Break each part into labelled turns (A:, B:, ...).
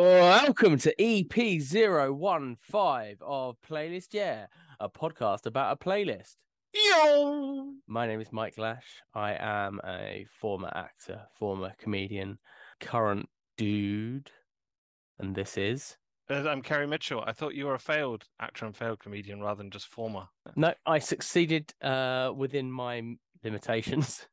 A: Welcome to E EP015 of Playlist Yeah, a podcast about a playlist.
B: Yo!
A: My name is Mike Lash. I am a former actor, former comedian, current dude. And this is.
B: Uh, I'm Kerry Mitchell. I thought you were a failed actor and failed comedian rather than just former.
A: No, I succeeded uh, within my limitations.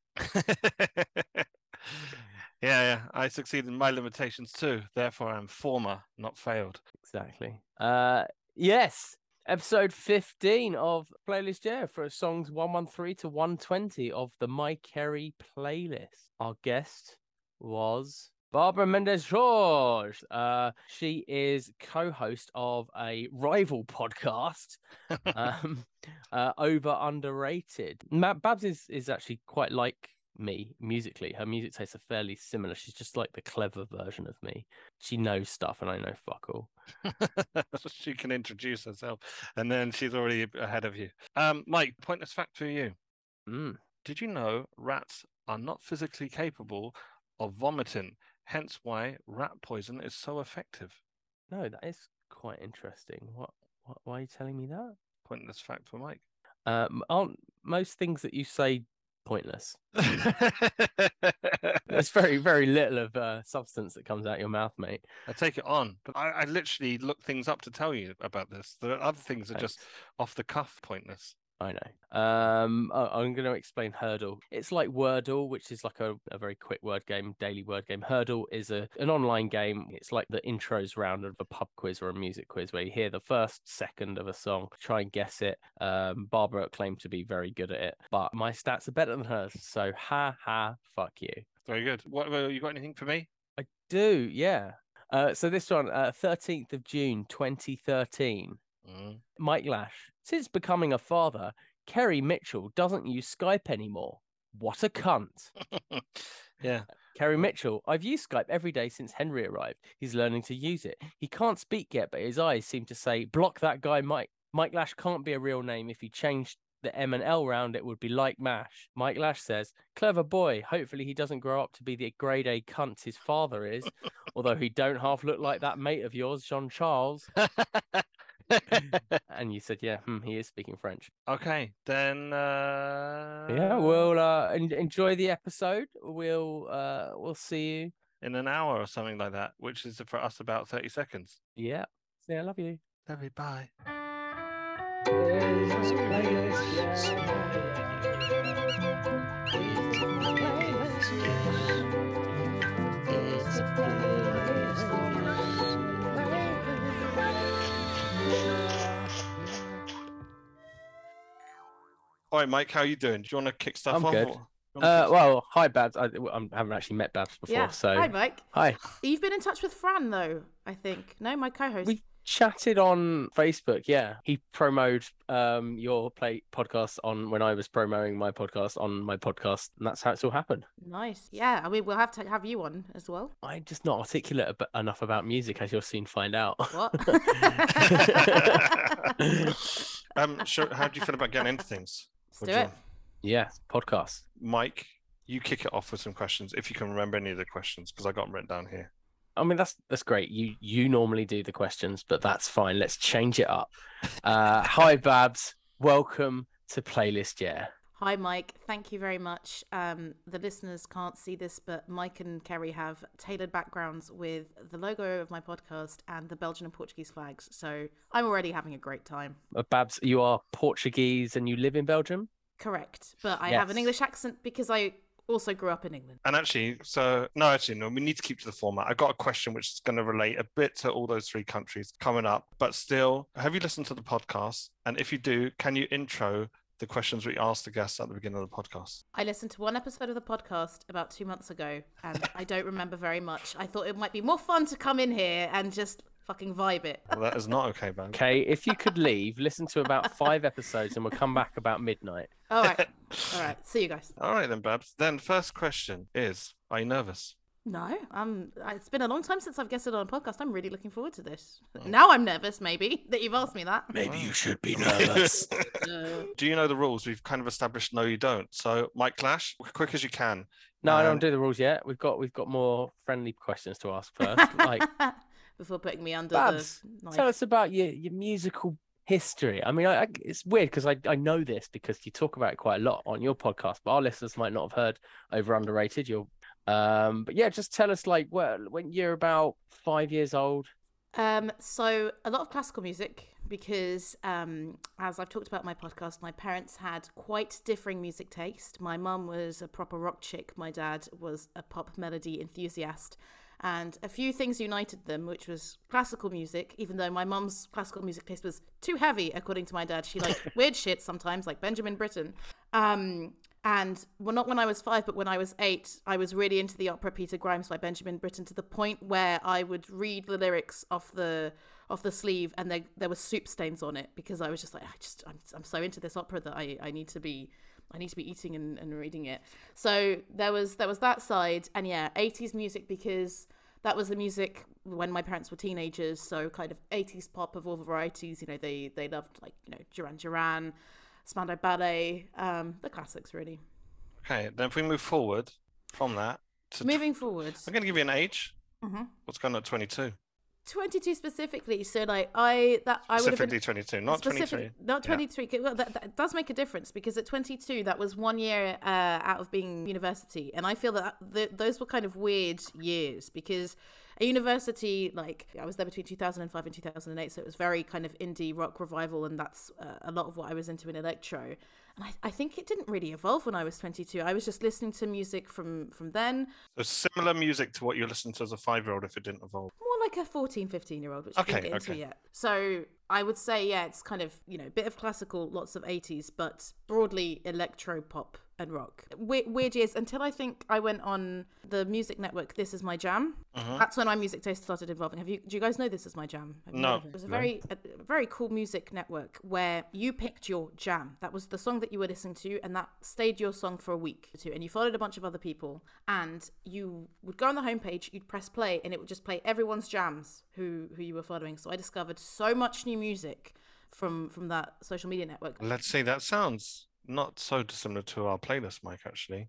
B: yeah, yeah. I succeeded in my limitations too. Therefore, I'm former, not failed.
A: Exactly. Uh, yes. Episode 15 of Playlist Yeah for songs 113 to 120 of the My Kerry playlist. Our guest was Barbara Mendez George. Uh, she is co host of a rival podcast, um, uh, Over Underrated. Matt Babs is, is actually quite like me musically. Her music tastes are fairly similar. She's just like the clever version of me. She knows stuff and I know fuck all.
B: she can introduce herself, and then she's already ahead of you. Um, Mike, pointless fact for you:
A: Mm.
B: Did you know rats are not physically capable of vomiting? Hence, why rat poison is so effective.
A: No, that is quite interesting. What, what why are you telling me that?
B: Pointless fact for Mike.
A: Um, aren't most things that you say pointless? There's very, very little of uh, substance that comes out your mouth, mate.
B: I take it on, but I, I literally look things up to tell you about this. The other things are just
A: Thanks.
B: off the cuff, pointless.
A: I know. Um, I- I'm going to explain Hurdle. It's like Wordle, which is like a, a very quick word game, daily word game. Hurdle is a an online game. It's like the intros round of a pub quiz or a music quiz, where you hear the first second of a song, try and guess it. Um, Barbara claimed to be very good at it, but my stats are better than hers. So ha ha, fuck you.
B: Very good. What well, you got anything for me?
A: I do, yeah. Uh, so this one, uh, 13th of June, 2013.
B: Mm.
A: Mike Lash. Since becoming a father, Kerry Mitchell doesn't use Skype anymore. What a cunt.
B: yeah.
A: Kerry Mitchell, I've used Skype every day since Henry arrived. He's learning to use it. He can't speak yet, but his eyes seem to say, block that guy, Mike. Mike Lash can't be a real name. If he changed the M and L round, it would be like MASH. Mike Lash says, clever boy. Hopefully he doesn't grow up to be the grade A cunt his father is, although he don't half look like that mate of yours, Jean Charles. And you said, yeah, hmm, he is speaking French.
B: okay, then. Uh,
A: yeah we'll uh en- enjoy the episode we'll uh we'll see you
B: in an hour or something like that, which is for us about thirty seconds.
A: yeah say i love you
B: Love you, Bye. All right, Mike, how you doing? Do you want to kick stuff
A: I'm
B: off?
A: good.
B: or- do you wanna
A: uh
B: kick-
A: well hi babs i, I haven't actually met babs before
C: Yeah.
A: so
C: Hi, Mike.
A: hi
C: You've been in touch with Fran, though, I think. No, my co host.
A: we chatted on facebook yeah he promoted um your play podcast on when i was promoting my podcast on my podcast and that's how it's all happened
C: Nice. Yeah, I mean, we'll have to have you on as well.
A: i'm just not articulate ab- enough about music as you'll soon find out
C: What?
B: um, sure, how do you feel about getting into things?
C: Let's
B: Would
C: do
B: you-
C: it.
A: yeah podcast
B: Mike, you kick it off with some questions if you can remember any of the questions because I got them written down here.
A: I mean that's that's great. You you normally do the questions, but that's fine. Let's change it up. Uh, hi Babs, welcome to Playlist Yeah.
C: Hi, Mike. Thank you very much. Um, the listeners can't see this, but Mike and Kerry have tailored backgrounds with the logo of my podcast and the Belgian and Portuguese flags. So I'm already having a great time.
A: Uh, Babs, you are Portuguese and you live in Belgium.
C: Correct. But I have an
A: Yes.
C: English accent because I also grew up in England.
B: And actually, so no, actually, no, we need to keep to the format. I've got a question which is going to relate a bit to all those three countries coming up, but still, have you listened to the podcast? And if you do, can you intro the questions we asked the guests at the beginning of the podcast?
C: I listened to one episode of the podcast about two months ago, and I don't remember very much. I thought it might be more fun to come in here and just fucking vibe it.
B: Well, that is not okay, man.
A: Okay, if you could leave, listen to about five episodes, and we'll come back about midnight.
C: All right. All right. See you guys.
B: All right, then, Babs. Then, first question is Are you nervous?
C: No, um, it's been a long time since I've guested on a podcast. I'm really looking forward to this.
A: Hmm.
C: Now I'm nervous, maybe that you've asked me that.
B: Maybe you
A: should be
C: Uh,
B: do you know the rules? We've kind of established no, you don't. So, Mike Clash, quick as you can.
A: no, I
B: Um,
A: don't do the rules yet. We've got we've got more friendly questions to ask first. Like
C: before putting me under
A: Babs,
C: the knife.
A: Tell us about your, your musical history. I mean, I, I, it's weird because I, I know this because you talk about it quite a lot on your podcast, but our listeners might not have heard over underrated. Your, um, but yeah, just tell us like well, when you're about five years old.
C: Um, so a lot of classical music because, um, as I've talked about in my podcast, my parents had quite differing music taste. My mum was a proper rock chick. My dad was a pop melody enthusiast, and a few things united them, which was classical music. Even though my mum's classical music taste was too heavy, according to my dad, she liked weird shit sometimes, like Benjamin Britten. Um, and well, not when I was five, but when I was eight, I was really into the opera Peter Grimes by Benjamin Britten to the point where I would read the lyrics off the off the sleeve, and there there were soup stains on it because I was just like, I just I'm, I'm so into this opera that I, I need to be I need to be eating and, and reading it. So there was there was that side, and yeah, eighties music because that was the music when my parents were teenagers. So kind of eighties pop of all varieties. You know, they they loved like you know Duran Duran. Spandau Ballet, um, the classics, really.
B: Okay, then if we move forward from that to tw-
C: Moving forward,
B: I'm going to give you an age.
C: Mhm.
B: What's going on at 22?
C: 22 specifically. So, like, I that I would have been
B: Specifically 22, not 23.
C: specific- Not
B: Yeah.
C: 23. Well, that, that does make a difference because at 22, that was one year uh, out of being university. And I feel that uh, th- those were kind of weird years because a university, like, I was there between 2005 and 2008. So it was very kind of indie rock revival. And that's uh, a lot of what I was into in electro. And I, I think it didn't really evolve when I was 22. I was just listening to music from from then,
B: So similar music to what you listened to as a five-year-old if it didn't evolve.
C: more like a 14 15 year old which we
B: Okay,
C: didn't get into
B: okay.
C: yet so i would say yeah it's kind of you know bit of classical lots of 80s but broadly electro pop and rock weird, weird years until i think i went on the music network this is my jam
B: Mm-hmm.
C: that's when my music taste started evolving have you do you guys know this is my jam Have you
B: No.
C: heard of it? it was a very a a very cool music network where you picked your jam that was the song that you were listening to and that stayed your song for a week or two and you followed a bunch of other people and you would go on the homepage you'd press play and it would just play everyone's jams who who you were following so i discovered so much new music from from that social media network
B: Let's see, that sounds not so dissimilar to our playlist, Mike, actually.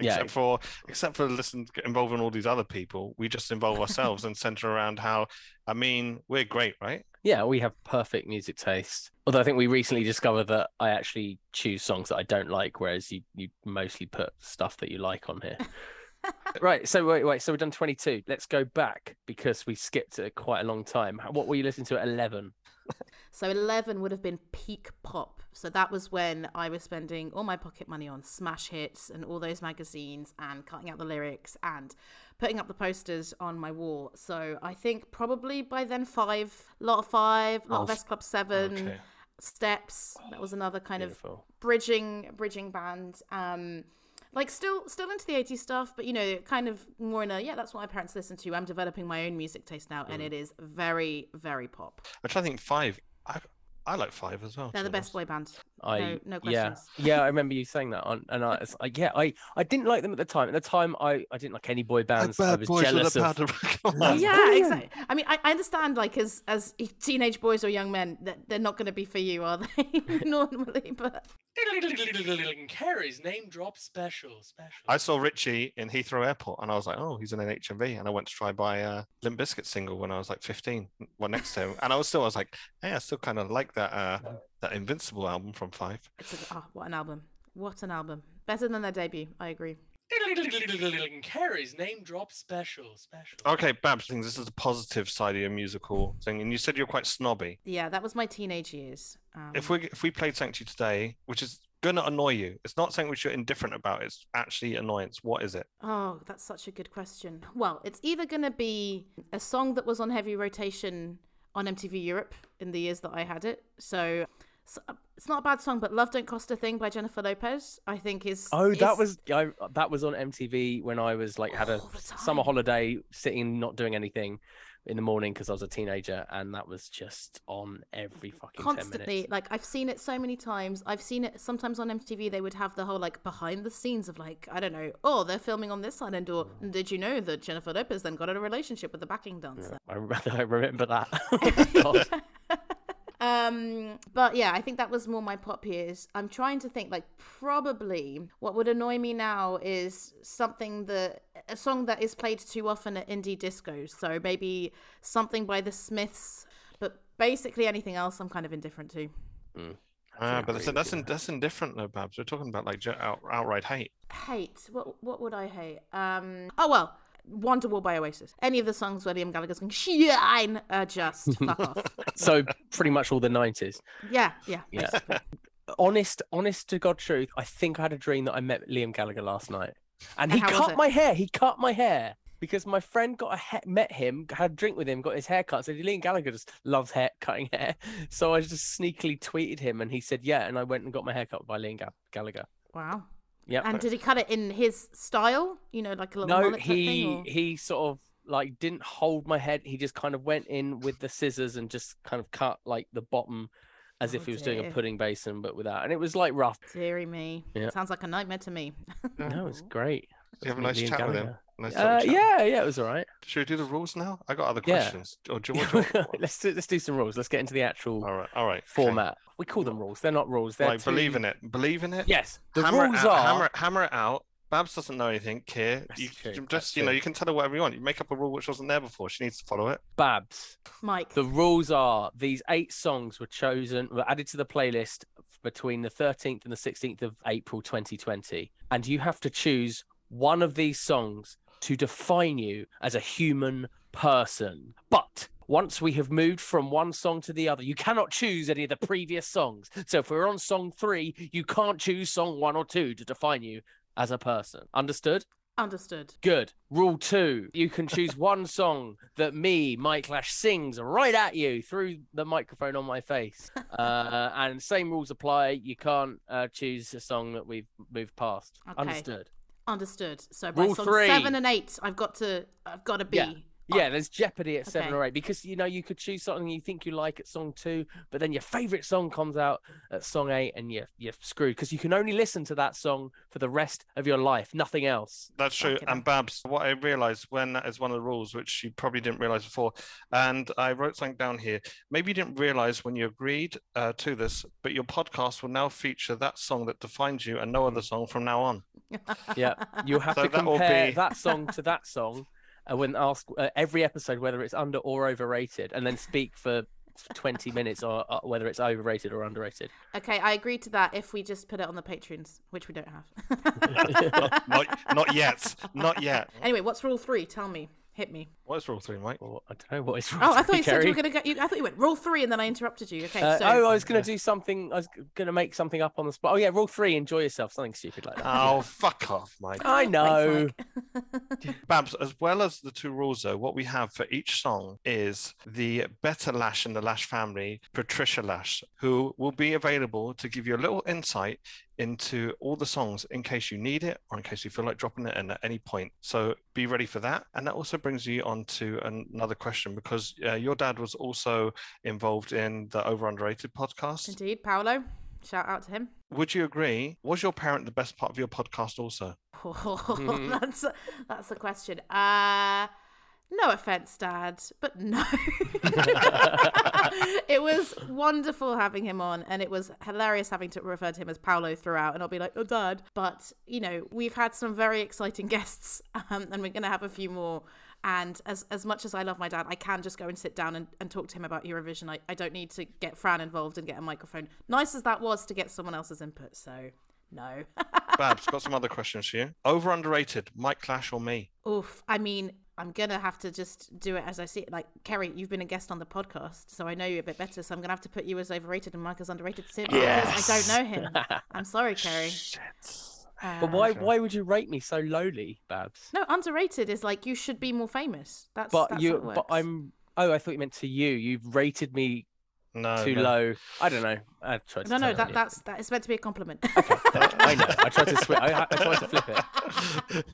A: Yeah.
B: Except for except for listen involving all these other people, we just involve ourselves and center around how I mean, we're great, right?
A: Yeah, we have perfect music taste. Although I think we recently discovered that I actually choose songs that I don't like, whereas you, you mostly put stuff that you like on here. right. So wait, wait. So we've done twenty two. Let's go back because we skipped uh, quite a long time. What were you listening to at eleven?
C: So 11 would have been peak pop. So that was when I was spending all my pocket money on smash hits and all those magazines and cutting out the lyrics and putting up the posters on my wall. So I think probably by then, five, lot of five, lot of
A: Oh,
C: S Club 7,
B: okay.
C: Steps. That was another kind of
A: Beautiful.
C: bridging bridging band um like still still into the 80s stuff but you know kind of more in a yeah that's what my parents listened to i'm developing my own music taste now and it is very very pop
B: I'm trying to think five. I I like five as well.
C: they're
B: to
C: the
B: be
C: best boy band
A: I
C: No- no
A: yeah
C: questions.
A: yeah I remember you saying that on and I, it's- I yeah I I didn't like them at the time. At the time I I didn't like any boy
B: honest.
A: bands. I
B: Like
A: was
B: bad boys
A: jealous
B: with a
A: of.
B: powder- Come on.
C: yeah,
A: brilliant.
C: exactly. I mean, I, I understand, like, as as teenage boys or young men, that they're not going to be for you, are they? Normally, but
D: Carrie's name drop special. Special.
B: I saw Richie in Heathrow Airport and I was like, oh, he's in an HMV. And I went to try buy a Limp Bizkit single when I was like 15, well, next to him. And I was still, I was like, hey, I still kind of like that uh, that Invincible album from Five.
C: it's a, oh, what an album! What an album! Better than their debut, I agree.
D: Carrie's name drop special. Special.
B: Okay, Babs, things this is the positive side of your musical thing. And you said you're quite snobby.
C: Yeah, that was my teenage years. Um,
B: If we if we played something to you today, which is going to annoy you, it's not something which you're indifferent about, it's actually annoyance. What is it?
C: Oh, that's such a good question. Well, it's either going to be a song that was on heavy rotation on MTV Europe in the years that I had it. So, so- it's not a bad song, but "Love Don't Cost a Thing" by Jennifer Lopez, I think, is
A: Oh, that
C: is-
A: was I, that was on MTV when I was like had a
C: All the
A: summer
C: time.
A: holiday, sitting not doing anything in the morning because I was a teenager, and that was just on every fucking ten
C: constantly
A: minutes.
C: like i've seen it so many times i've seen it sometimes on mtv they would have the whole like behind the scenes of like i don't know oh they're filming on this island or
A: Mm.
C: did you know that jennifer lopez then got in a relationship with a backing dancer
A: I, re- I remember that. Oh, God.
C: Um, but yeah, I think that was more my pop years. I'm trying to think, like, probably what would annoy me now is something that a song that is played too often at indie discos. So maybe something by the Smiths, but basically anything else I'm kind of indifferent to.
B: Ah,
A: Actually,
B: but
A: I
B: that's
A: agree
B: that's,
A: with you
B: in,
A: there.
B: that's indifferent though, Babs. We're talking about like ju- out, outright hate.
C: Hate. What what would I hate? Um oh well. Wonderwall by Oasis. Any of the songs where Liam Gallagher's going shine are just fuck off.
A: so pretty much all the nineties.
C: Yeah, yeah.
A: Yeah. honest, honest to God truth, I think I had a dream that I met Liam Gallagher last night, and
C: And
A: he
C: how was
A: cut
C: it?
A: my hair. He cut my hair because my friend got a he- met him, had a drink with him, got his hair cut. Said Liam Gallagher just loves hair cutting hair, so I just sneakily tweeted him, and he said yeah, and I went and got my hair cut by Liam Ga- Gallagher.
C: Wow.
A: Yep.
C: And did he cut it in his style? You know, like a little
A: No,
C: mullet type
A: he
C: thing, or-
A: he sort of like didn't hold my head. He just kind of went in with the scissors and just kind of cut like the bottom, as
C: Oh,
A: if he was doing a
C: dear.
A: pudding basin, but without. And it was like rough.
C: Deary me.
A: Yeah.
C: Sounds like a nightmare to me.
A: No, it's great.
B: You have a
A: Meet
B: nice
A: Liam
B: chat with him.
A: Gallagher.
B: Nice
A: Uh,
B: little chat.
A: yeah, yeah, it was all right.
B: Should we do the rules now? I got other
A: Yeah.
B: questions. Or do you want to?
A: let's do, let's do some rules. Let's get into the actual
B: all right. All right. okay.
A: format. We call them rules. They're not rules. They're
B: Right. Believe
A: too-
B: in it. Believe in it.
A: Yes, the
B: hammer
A: rules
B: it out,
A: are.
B: hammer, it- hammer it out. Babs doesn't know anything. Kier,
A: That's
B: you
A: true,
B: you
A: that's
B: just you know
A: true.
B: you can tell her whatever you want. You make up a rule which wasn't there before. She needs to follow it.
A: Babs.
C: Mike.
A: The rules are these eight songs were chosen, were added to the playlist between the 13th and the 16th of April 2020. And you have to choose one of these songs to define you as a human person. But once we have moved from one song to the other, you cannot choose any of the previous songs. So if we're on song three, you can't choose song one or two to define you as a person. Understood?
C: Understood.
A: Good. Rule two you can choose one song that me, Mike Lash, sings right at you through the microphone on my face. Uh, and same rules apply. You can't uh, choose a song that we've moved past.
C: Okay.
A: Understood.
C: Understood. So by
A: Rule
C: song
A: three.
C: seven and eight, I've got to I've got to be.
A: Yeah. Yeah, there's Jeopardy at seven
C: okay.
A: or eight because you know you could choose something you think you like at song two, but then your favorite song comes out at song eight and you're you're screwed because you can only listen to that song for the rest of your life, nothing else.
B: That's true.
C: Okey-doke.
B: And Babs, what I realized when that is one of the rules, which you probably didn't realize before, and I wrote something down here. Maybe you didn't realize when you agreed uh, to this, but your podcast will now feature that song that defines you and no
A: Mm.
B: other song from now on.
A: Yeah, You'll have
B: So
A: to
B: that will
A: compare
B: be-
A: that song to that song uh, when asked uh, every episode whether it's under or overrated, and then speak for 20 minutes or uh, whether it's overrated or underrated.
C: Okay, I agree to that if we just put it on the Patreons, which we don't
B: Not,
C: have.
B: not, not yet. Not yet.
C: Anyway, what's rule three? Tell me. Hit me.
B: What is rule three, Mike?
A: Or I don't know what it's.
C: Oh, I thought you said you were gonna go. You, I thought you went rule three, and then I interrupted you. Okay,
A: Uh,
C: so
A: oh, I was going to do something. I was going to make something up on the spot. Oh, yeah, rule three enjoy yourself. Something stupid like that.
B: Oh, fuck off, Mike.
A: I know.
C: Thanks, Mike.
B: Babs, as well as the two rules, though, what we have for each song is the better Lash in the Lash family, Patricia Lash, who will be available to give you a little insight into all the songs in case you need it or in case you feel like dropping it in at any point. So be ready for that. And that also brings you on to an- another question because uh, your dad was also involved in the Over Underrated podcast.
C: Indeed, Paolo. Shout out to him.
B: Would you agree? Was your parent the best part of your podcast also?
C: Oh, that's a, that's a question. Uh no offense, Dad, but no. it was wonderful having him on, and it was hilarious having to refer to him as Paolo throughout. And I'll be like, "Oh, Dad," but you know, we've had some very exciting guests, um, and we're going to have a few more. And as as much as I love my dad, I can just go and sit down and, and talk to him about Eurovision. I, I don't need to get Fran involved and get a microphone. Nice as that was to get someone else's input, so no.
B: Babs, got some other questions for you. Over Underrated, Mike Clash or me?
C: Oof. I mean, I'm gonna have to just do it as I see it. Like Kerry, you've been a guest on the podcast, so I know you a bit better. So I'm gonna have to put you as overrated and Mike as underrated simply because I don't know him. I'm sorry, Kerry. Uh,
A: But why,
B: Okay.
A: why would you rate me so lowly, Babs?
C: No, underrated is like you should be more famous. That's
A: but
C: that's
A: you,
C: how it
A: but
C: works.
A: I'm. Oh, I thought you meant to you. You've rated me
B: No.
A: too
B: no.
A: low. I don't know. I tried to
C: No,
A: turn
C: no,
A: it on
C: that,
A: you.
C: that's that is meant to be a compliment.
A: I know. I tried to switch. I, I tried to flip it.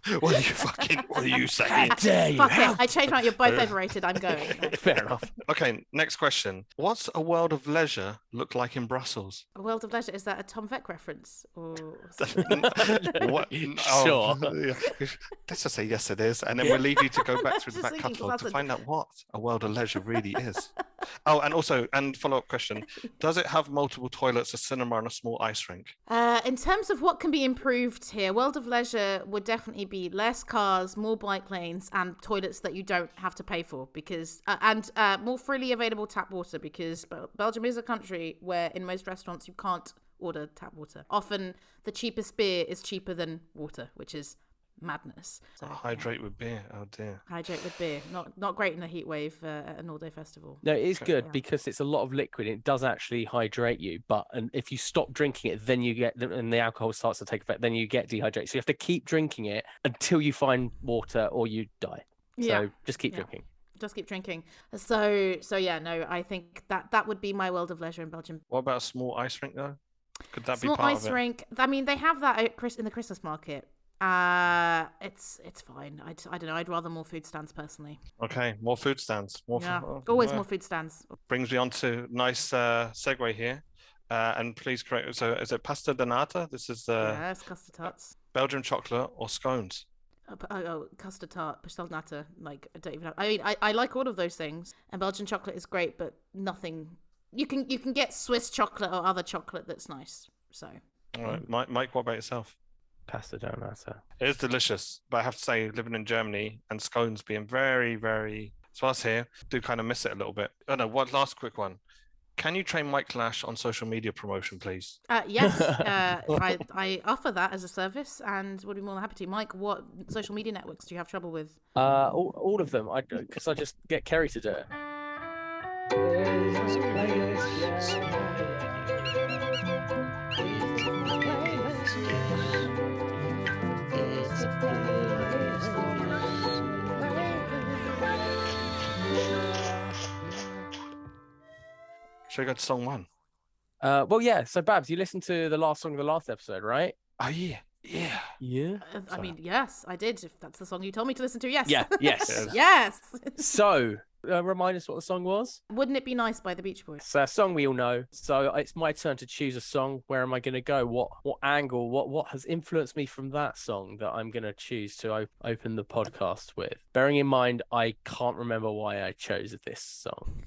B: it. what are you fucking? What are you saying?
A: How dare you?
C: Fuck
A: How
C: it. I changed my. You're both overrated. I'm going.
A: Fair enough.
B: Okay, next question. What's a world of leisure look like in Brussels?
C: A World of Leisure is that a Tom Veck reference or?
B: what?
A: Sure.
B: yeah. Let's just say yes, it is, and then we'll leave you to go back through the
C: Just
B: back
C: thinking, 'cause
B: catalogue to
C: that's a-
B: find out what a world of leisure really is. Oh, and also, and follow-up question: Does it have multiple toilets, a cinema, and a small ice rink?
C: Uh, in terms of what can be improved here, World of Leisure would definitely be less cars, more bike lanes, and toilets that you don't have to pay for because, uh, and uh, more freely available tap water because Bel- Belgium is a country where in most restaurants you can't order tap water. Often the cheapest beer is cheaper than water, which is madness. So, yeah.
B: Hydrate with beer. Oh dear.
C: Hydrate with beer. Not not great in a heat wave uh, at an all day festival.
A: No, it is good
C: Yeah.
A: because it's a lot of liquid. and It does actually hydrate you, but and if you stop drinking it, then you get the- and the alcohol starts to take effect. Then you get dehydrated. So you have to keep drinking it until you find water or you die. So
C: Yeah.
A: just keep
C: Yeah.
A: drinking.
C: Just keep drinking. So so yeah, no, I think that that would be my world of leisure in Belgium.
B: What about a small ice rink though? Could that
C: Small
B: be part
C: ice
B: of it?
C: rink. I mean, they have that at Chris in the Christmas market. Uh, it's it's fine. I, I don't know. I'd rather more food stands personally.
B: Okay, more food stands. More.
C: Yeah,
B: food. oh, uh,
C: always more food stands.
B: Brings me on to nice uh, segue here. Uh, and please correct. So, is it pasta donata? This is uh,
C: yes, custard tarts.
B: Belgian chocolate or scones?
C: Oh, p- oh, oh, custard tart, pastelnatta. Like I don't even. Know. I mean, I, I like all of those things, and Belgian chocolate is great, but nothing. You can you can get Swiss chocolate or other chocolate that's nice. So
B: All right,
C: Mm.
B: Mike. Mike, what about yourself?
A: Pasta donata.
B: It is delicious, but I have to say, living in Germany and scones being very, very sparse here, do kind of miss it a little bit. Oh no, one last quick one. Can you train Mike Lash on social media promotion, please?
C: uh, yes, uh, I I offer that as a service, and would be more than happy to. Mike, what social media networks do you have trouble with?
A: Uh, all, all of them. I because I just get Kerry to do it.
B: Should we go to song one?
A: Uh, well, yeah. So Babs, you listened to the last song of the last episode, right?
B: Oh yeah, yeah.
A: Yeah.
C: Uh, I
B: Sorry.
C: mean, yes, I did. If that's the song you told me to listen to, yes.
A: Yeah. Yes.
B: Yes.
C: yes.
A: so uh, remind us what the song was.
C: Wouldn't it be nice by the Beach Boys?
A: It's a song we all know. So it's my turn to choose a song. Where am I going to go? What what angle? What what has influenced me from that song that I'm going to choose to op- open the podcast with? Bearing in mind, I can't remember why I chose this song.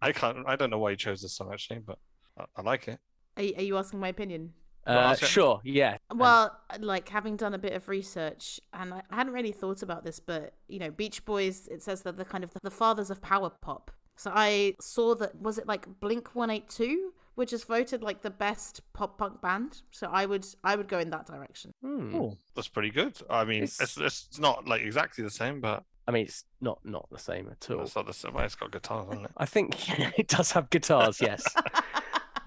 B: I can't. I don't know why you chose this song actually, but I, I like it.
C: Are, are you asking my opinion?
B: Well,
A: Uh,
B: I'll say-
A: sure, yeah. And
C: Well, like having done a bit of research, and I I hadn't really thought about this, but you know, Beach Boys, it says that they're kind of the fathers of power pop. So I saw that, was it like Blink 182, which is voted like the best pop punk band? So I would, I would go in that direction.
A: hmm.
B: Oh, that's pretty good. I mean, it's, it's,
A: It's-
B: not like exactly the same, but
A: I mean, it's not not the same at all.
B: it's not the same. Well, it's got guitars, hasn't it?
A: I think it does have guitars. Yes.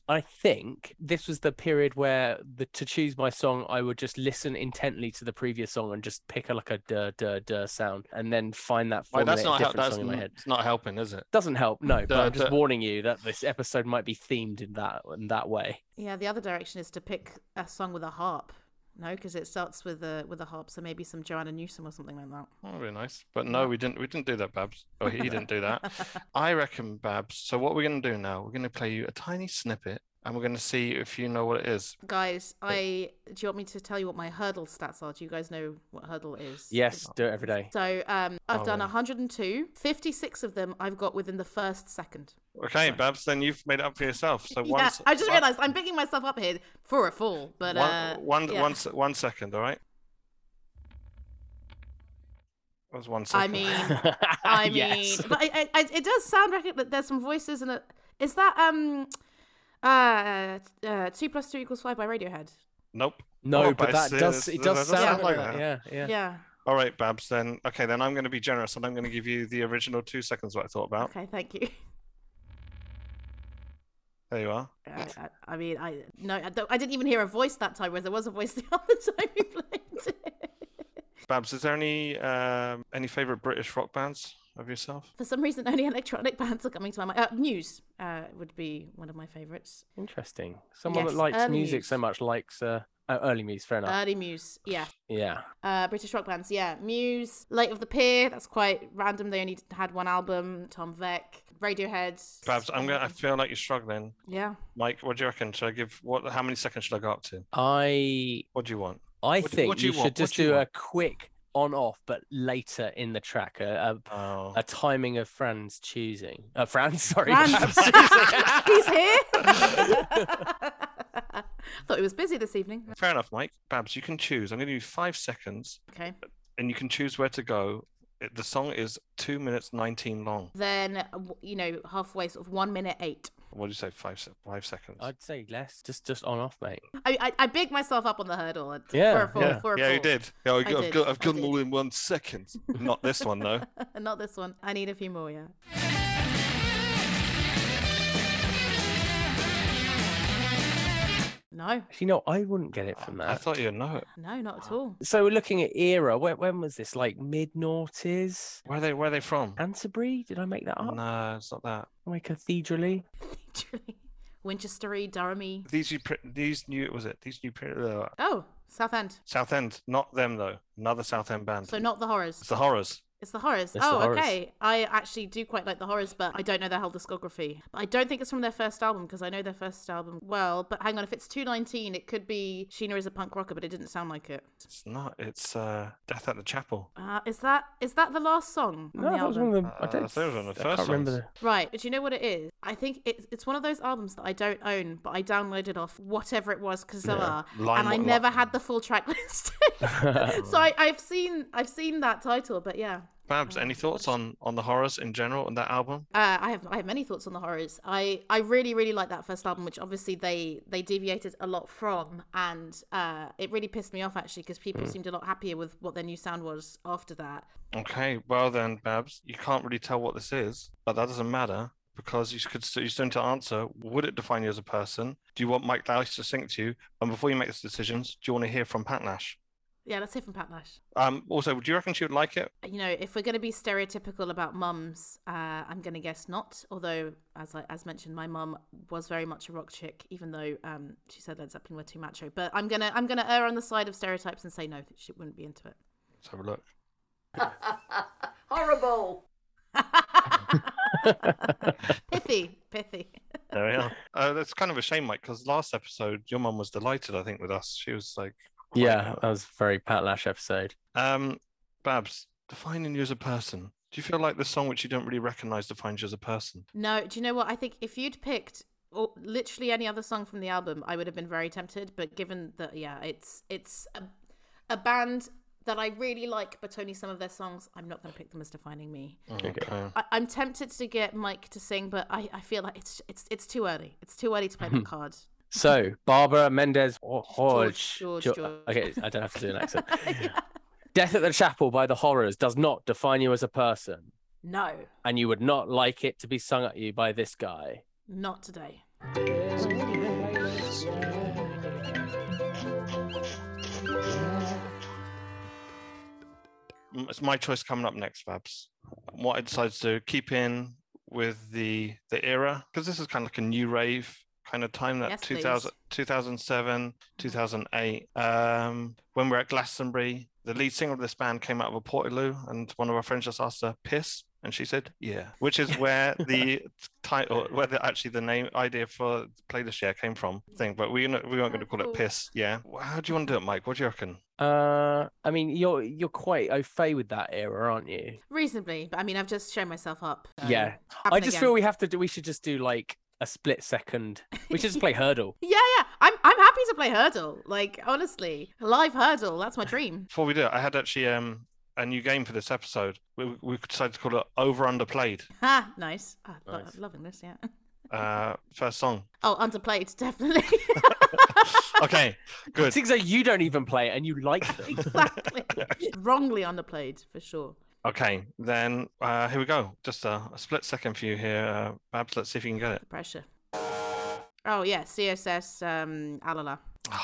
A: I think this was the period where the to choose my song, I would just listen intently to the previous song and just pick a, like a duh duh duh sound, and then find that
B: Like,
A: formulate
B: that's
A: a
B: not. Help,
A: different
B: that's
A: song in my
B: n-
A: head.
B: it's not helping, is it?
A: Doesn't help, no. but
B: Duh,
A: I'm just
B: duh.
A: warning you that this episode might be themed in that in that way.
C: Yeah, the other direction is to pick a song with a harp. No, because it starts with a with a harp, so maybe some Joanna Newsom or something like that.
B: That would be nice. But no, we didn't. We didn't do that, Babs. Or he didn't do that. I reckon, Babs. So what we're going to do now? We're going to play you a tiny snippet, and we're going to see if you know what it is.
C: Guys, I do you want me to tell you what my hurdle stats are? Do you guys know what hurdle is?
A: Yes, do it every day.
C: So um, I've
B: Oh,
C: done
B: yeah.
C: 102. 56 of them I've got within the first second.
B: Okay, Babs. Then you've made it up for yourself. So
C: yeah,
B: once.
C: I just realised I'm picking myself up here for a fall, but
B: one,
C: uh,
B: one,
C: yeah.
B: one se- one second, all right? That was one
C: I
B: second.
C: mean, I mean,
A: Ah, yes.
C: but I, I, I, it does sound like it- there's some voices and it. Is that um, uh, uh, two plus two equals five by Radiohead?
B: nope.
A: no,
B: Oh,
A: but
B: it's-
A: that does
B: it's-
A: it does
B: that
A: sound
B: like
A: like that. Yeah, yeah.
C: yeah.
B: All right, Babs. Then okay, then I'm going to be generous and I'm going to give you the original two seconds what I thought about.
C: Okay, thank you.
B: There you are.
C: I, I, Uh, I mean, I no, I, don't, I didn't even hear a voice that time. Where there was a voice the other time we played. it.
B: Babs, is there any um, any favorite British rock bands? of yourself?
C: For some reason, only electronic bands are coming to my mind. Uh, news uh, would be one of my favorites.
A: Interesting. Someone
C: Yes,
A: that likes
C: early Uh,
A: music so
C: muse.
A: much likes uh, oh, early muse. Fair enough.
C: Early Muse, yeah.
A: yeah.
C: Uh, British rock bands, yeah. Muse, Light of the Pier. That's quite random. They only had one album. Tom Veck, Radiohead.
B: Babs, I'm
C: Um.
B: gonna. I feel like you're struggling.
C: Yeah.
B: Mike, what do you reckon? Should I give what? How many seconds should I go up to?
A: I
B: What do you want?
A: I
B: What do-
A: think
B: what do
A: you,
B: you
A: should
B: want? What
A: just
B: do you
A: do a
B: want?
A: quick on off, but later in the track, a,
B: Oh,
A: a, a timing of Fran's choosing. Uh, Fran, sorry.
C: Fran.
A: Babs.
C: He's here. Thought he was busy this evening.
B: fair enough, Mike. Babs, you can choose. I'm gonna give you five seconds,
C: Okay.
B: and you can choose where to go. It- The song is two minutes nineteen long.
C: Then, uh, w- you know, halfway, sort of one minute eight.
B: What do you say? Five se- five seconds.
A: I'd say less. Just just on off, mate.
C: I, I, I bigged myself up on the hurdle. and-
A: Yeah,
C: For a full,
A: yeah.
C: For a
B: yeah, you
C: full.
B: did. Yeah, I've
C: I
B: got,
C: did,
B: I've got, I've
C: I
B: got
C: did.
B: them all in one second. Not this one though.
C: Not this one. I need a few more, yeah. No,
A: Actually, no, I wouldn't get it from that.
B: I thought you'd know it.
C: no, not at all.
A: So we're looking at era. When, when was this? Like mid noughties?
B: Where are they? Where are they from?
A: Canterbury? Did I make that
C: uh,
A: up?
B: No, it's not that.
A: My cathedraly?
C: Literally. Winchestery, Durhamy.
B: These you. Pre- these new. Was it? These new. Pre- uh,
C: Oh, Southend.
B: South End. Not them though. Another South End band.
C: So not the
B: it's
C: horrors.
B: the Horrors.
C: It's the horrors.
A: It's the
C: oh,
A: Horrors.
C: okay. I actually do quite like the horrors, but I don't know their whole discography. But I don't think it's from their first album because I know their first album well. But hang on, if it's 219, it could be Sheena is a punk rocker, but it didn't sound like it.
B: It's not. It's uh, Death at the Chapel.
C: Uh, is that is that the last song? on
A: No,
C: the
A: that was
C: album?
A: one of the. I
B: Uh,
A: don't.
B: that was one of the
A: I can't
B: first
A: remember.
B: ones.
A: the-
C: Right, but you know what it is? I think it, it's one of those albums that I don't own, but I downloaded off whatever it was, Kazaa,
B: Lime-
C: and I
B: li-
C: never had the full track list. so I, I've seen I've seen that title, but yeah,
B: Babs, any thoughts on on the horrors in general and that album?
C: uh, I have I have many thoughts on the horrors. I, I really really like that first album, which obviously they they deviated a lot from, and uh, it really pissed me off actually because people seemed a lot happier with what their new sound was after that.
B: Okay, well then, Babs, you can't really tell what this is, but that doesn't matter because you could st- you still need to answer. Would it define you as a person? Do you want Mike Lash to sing to you? And before you make those decisions, do you want to hear from Pat Nash?
C: Yeah, let's hear from Pat Nash.
B: Um, also, do you reckon she would like it?
C: you know, if we're going to be stereotypical about mums, uh, I'm going to guess not. Although, as I, as mentioned, my mum was very much a rock chick, even though um, she said Led Zeppelin were too macho. But I'm gonna I'm gonna err on the side of stereotypes and say no, that she wouldn't be into it.
B: Let's have a look.
C: Horrible. pithy, pithy.
B: There we are. Uh, that's kind of a shame, Mike, because last episode your mum was delighted. I think with us, she was like, quite-
A: Yeah, that was a very Pat Lash episode.
B: Um, Babs, defining you as a person. Do you feel like the song which you don't really recognize defines you as a person?
C: No, do you know what? I think if you'd picked or literally any other song from the album, I would have been very tempted. But given that, yeah, it's it's a, a band that I really like, but only some of their songs, I'm not going to pick them as defining me.
B: Okay.
C: I, I'm tempted to get Mike to sing, but I, I feel like it's it's it's too early. It's too early to play that card.
A: So Barbara Mendez or George.
C: George,
A: Jo-
C: George.
A: Okay, I don't have to do an accent.
C: Yeah.
A: Death at the Chapel by the Horrors does not define you as a person,
C: No,
A: and you would not like it to be sung at you by this guy.
C: not today.
B: M- Mm, It's my choice coming up next, Babs. What I decided to keep in with the the era because this is kind of like a new rave kind of time that
C: Yes, please.
B: 2000, 2007 2008 um when we we're at glastonbury the lead singer of this band came out of a portaloo and one of our friends just asked her piss and she said yeah which is where the title where the, actually the name idea for the playlist share came from thing but we, we weren't going to
C: Oh,
B: call
C: cool.
B: it piss yeah how do you want to do it mike what do you reckon
A: Uh, I mean, you're you're quite au fait with that era, aren't you?
C: Reasonably, but I mean, I've just shown myself up. so
A: yeah.
C: Uh, happen
A: I just
C: again.
A: feel we have to do. We should just do like a split second. We should just play hurdle.
C: Yeah, yeah. I'm I'm happy to play hurdle. Like honestly, live hurdle. That's my dream.
B: Before we do it, I had actually um a new game for this episode. We, we decided to call it Over Underplayed.
C: Ha, nice. Ah, lo-
A: Nice.
C: loving this. Yeah.
B: Uh, first song.
C: Oh, underplayed, definitely.
B: Okay, good.
A: Things that you don't even play and you like them.
C: exactly. Wrongly underplayed for sure.
B: Okay, then uh, here we go. Just a, a split second for you here, uh, Babs. Let's see if you can get it.
C: The pressure. Oh yeah, CSS. Um, alala.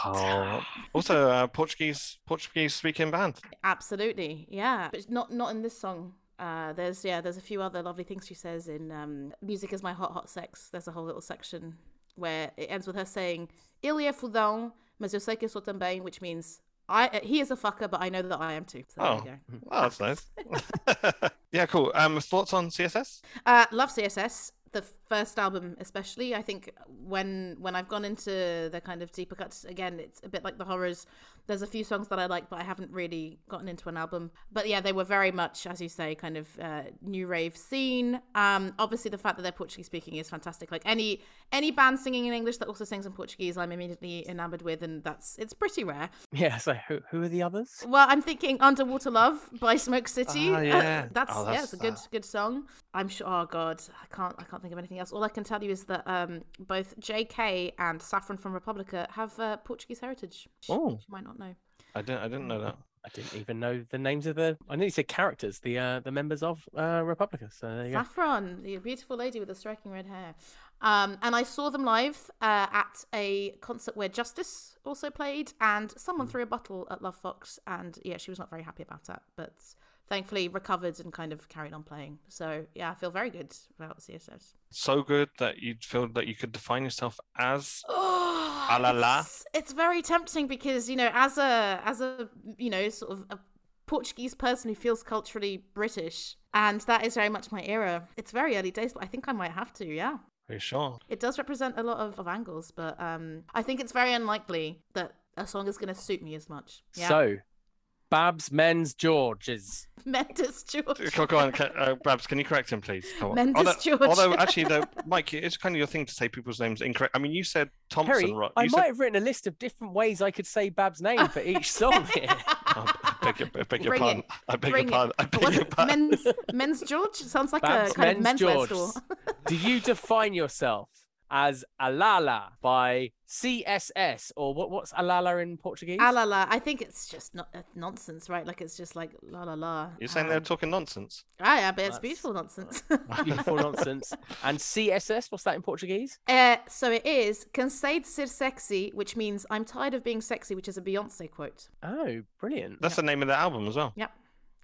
B: Oh, also uh, Portuguese Portuguese speaking band.
C: Absolutely. Yeah, but it's not not in this song. Uh, there's yeah, there's a few other lovely things she says in um, "Music is my hot hot sex." There's a whole little section where it ends with her saying "Ele é fudão, mas eu sei que eu sou também," which means I uh, he is a fucker, but I know that I am too. So there
B: Oh.
C: you go.
B: Well, that's nice. yeah, cool. Um, thoughts on CSS?
C: Uh, love CSS. The first album, especially, I think when when I've gone into the kind of deeper cuts again, it's a bit like the horrors. There's a few songs that I like, but I haven't really gotten into an album. But yeah, they were very much, as you say, kind of uh, new rave scene. Um, obviously, the fact that they're Portuguese speaking is fantastic. Like any any band singing in English that also sings in Portuguese, I'm immediately enamored with, and that's it's pretty rare.
A: Yeah, so who, who are the others?
C: Well, I'm thinking "Underwater Love" by Smoke City. Uh,
B: Ah, yeah.
C: that's,
B: Oh,
C: yeah,
B: that's,
C: it's a good
B: uh,
C: good song. I'm sure. Oh God, I can't I can't think of anything else. All I can tell you is that um, both J.K. and Saffron from Republica have uh, Portuguese heritage. which
B: Oh.
C: you might not know.
B: I didn't. I didn't know that.
A: I didn't even know the names of the. I nearly said characters. The uh, the members of uh, Republica. So there you go.
C: Saffron, the beautiful lady with the striking red hair. Um, and I saw them live uh, at a concert where Justice also played, and someone threw a bottle at Love Fox, and yeah, she was not very happy about that, but thankfully recovered and kind of carried on playing. So yeah, I feel very good about CSS.
B: So good that you feel that you could define yourself as.
C: Oh,
B: Ah la la.
C: It's, it's very tempting because you know, as a as a you know, sort of a Portuguese person who feels culturally British, and that is very much my era. It's very early days, but I think I might have to. Yeah.
B: Are you sure?
C: It does represent a lot of, of angles, but um, I think it's very unlikely that a song is going to suit me as much. Yeah.
A: So, Babs Men's Georges.
C: Mendes George.
B: Go, go on, ca- uh, Babs. Can you correct him, please? Come on. Oh,
C: Mendes George.
B: although, although, uh, actually, though, Mike, it's kind of your thing to say people's names incorrect. I mean, you said Thompson,
A: Harry,
B: right?
A: I
B: you
A: might
B: said,
A: have written a list of different ways I could say Bab's name for each song here.
B: Oh, I beg your, I beg your
C: Bring
B: pardon.
C: it.
B: I beg
C: Bring
B: your
C: it.
B: pardon. I beg
C: What's-
B: your pardon.
C: men's, men's George? It sounds like
A: Babs
C: a kind
A: Men's
C: of menswear
A: Georges.
C: store.
A: Do you define yourself as Alala by CSS or what? What's Alala in Portuguese?
C: Ah la la. I think it's just not uh, nonsense, right? Like it's just like la la la.
B: You're saying they're
C: Um,
B: talking nonsense.
C: Ah, yeah, but it's
A: That's-
C: beautiful nonsense.
A: Beautiful nonsense. And CSS, what's that in Portuguese?
C: uh, so it is cansei de ser sexy, which means I'm tired of being sexy, which is a Beyonce quote.
A: Oh, brilliant.
B: That's the name of the album as well.
C: Yep.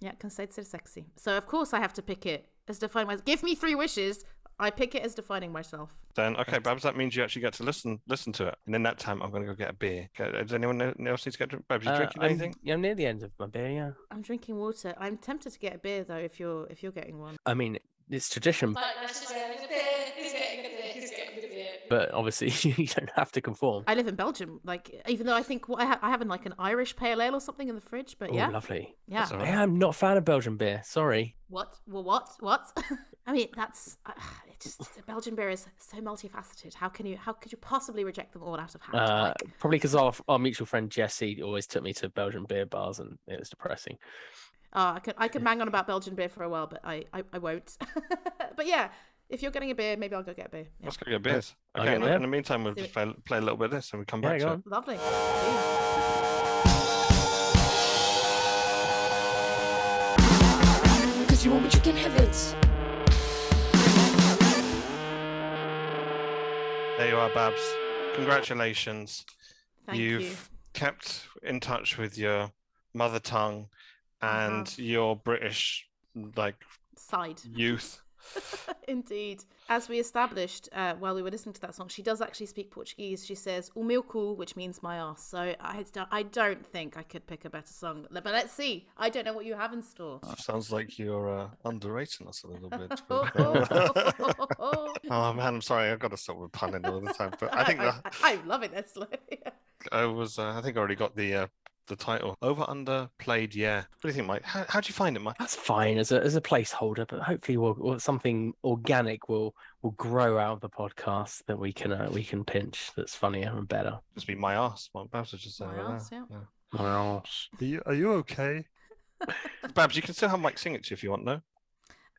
C: Yeah, Cansei de ser sexy. So of course I have to pick it as defining myself. Give me three wishes. I pick it as defining myself.
B: Then okay, Babs, that means you actually get to listen listen to it. And in that time, I'm gonna go get a beer. Okay, Does anyone know- else need to get a drink? Babs, you
A: Uh,
B: drinking
A: I'm-
B: anything?
A: yeah, I'm near the end of my beer, yeah.
C: I'm drinking water. I'm tempted to get a beer though if you're if you're getting one.
A: I mean, it's tradition,
E: Like, that's just getting a bit, he's getting a bit, he's getting a bit.
A: but obviously you don't have to conform.
C: I live in Belgium, like even though I think what I, ha- I have in like an Irish pale ale or something in the fridge, but
A: Oh,
C: yeah,
A: lovely.
C: yeah.
B: That's all right.
A: Yeah, I'm not a fan of Belgian beer. Sorry.
C: What? Well, what? What? I mean, that's uh, it. Just the Belgian beer is so multifaceted. How can you? How could you possibly reject them all out of hand?
A: Uh,
C: Like,
A: probably because our, our mutual friend Jesse always took me to Belgian beer bars and it was depressing.
C: Oh, I could I could mang on about Belgian beer for a while, but I I, I won't. but yeah, if you're getting a beer, maybe I'll go get a beer. Yeah.
B: Let's go get beers.
A: I'll
B: Okay,
A: get
B: in,
A: a beer.
B: in the meantime, we'll
C: Do
B: just
C: it.
B: play, play a little bit of this and we come
A: Yeah,
B: back
A: go
B: to
A: on.
B: it.
C: Lovely.
E: Because you want what you can have it.
B: There you are, Babs. Congratulations.
C: Thank
B: You've
C: you.
B: kept in touch with your mother tongue
C: I have.
B: and your British like
C: Side.
B: Mm. youth.
C: Indeed. As we established uh, while we were listening to that song, she does actually speak Portuguese. She says "o meu cu," which means my ass. So I, don't- I don't think I could pick a better song. But let's see. I don't know what you have in store.
B: Sounds like you're uh, underrating us a little bit. to be fair. oh man, I'm sorry. I've got to stop with punning all the time, but I think
C: I,
B: that
C: I, am loving this. like,
B: I was. Uh, I think I already got the uh, the title. Over under played. Yeah. What do you think, Mike? How how do you find it, Mike?
A: That's fine as a as a placeholder, but hopefully we'll, we'll, something organic will will grow out of the podcast that we can uh, we can pinch that's funnier and better.
B: Just be my ass. Well, Babs was just saying.
C: My
B: right
C: arse,
B: now.
C: yeah.
A: Well,
B: Are you, are you okay? Babs, you can still have Mike sing it to you if you want, no?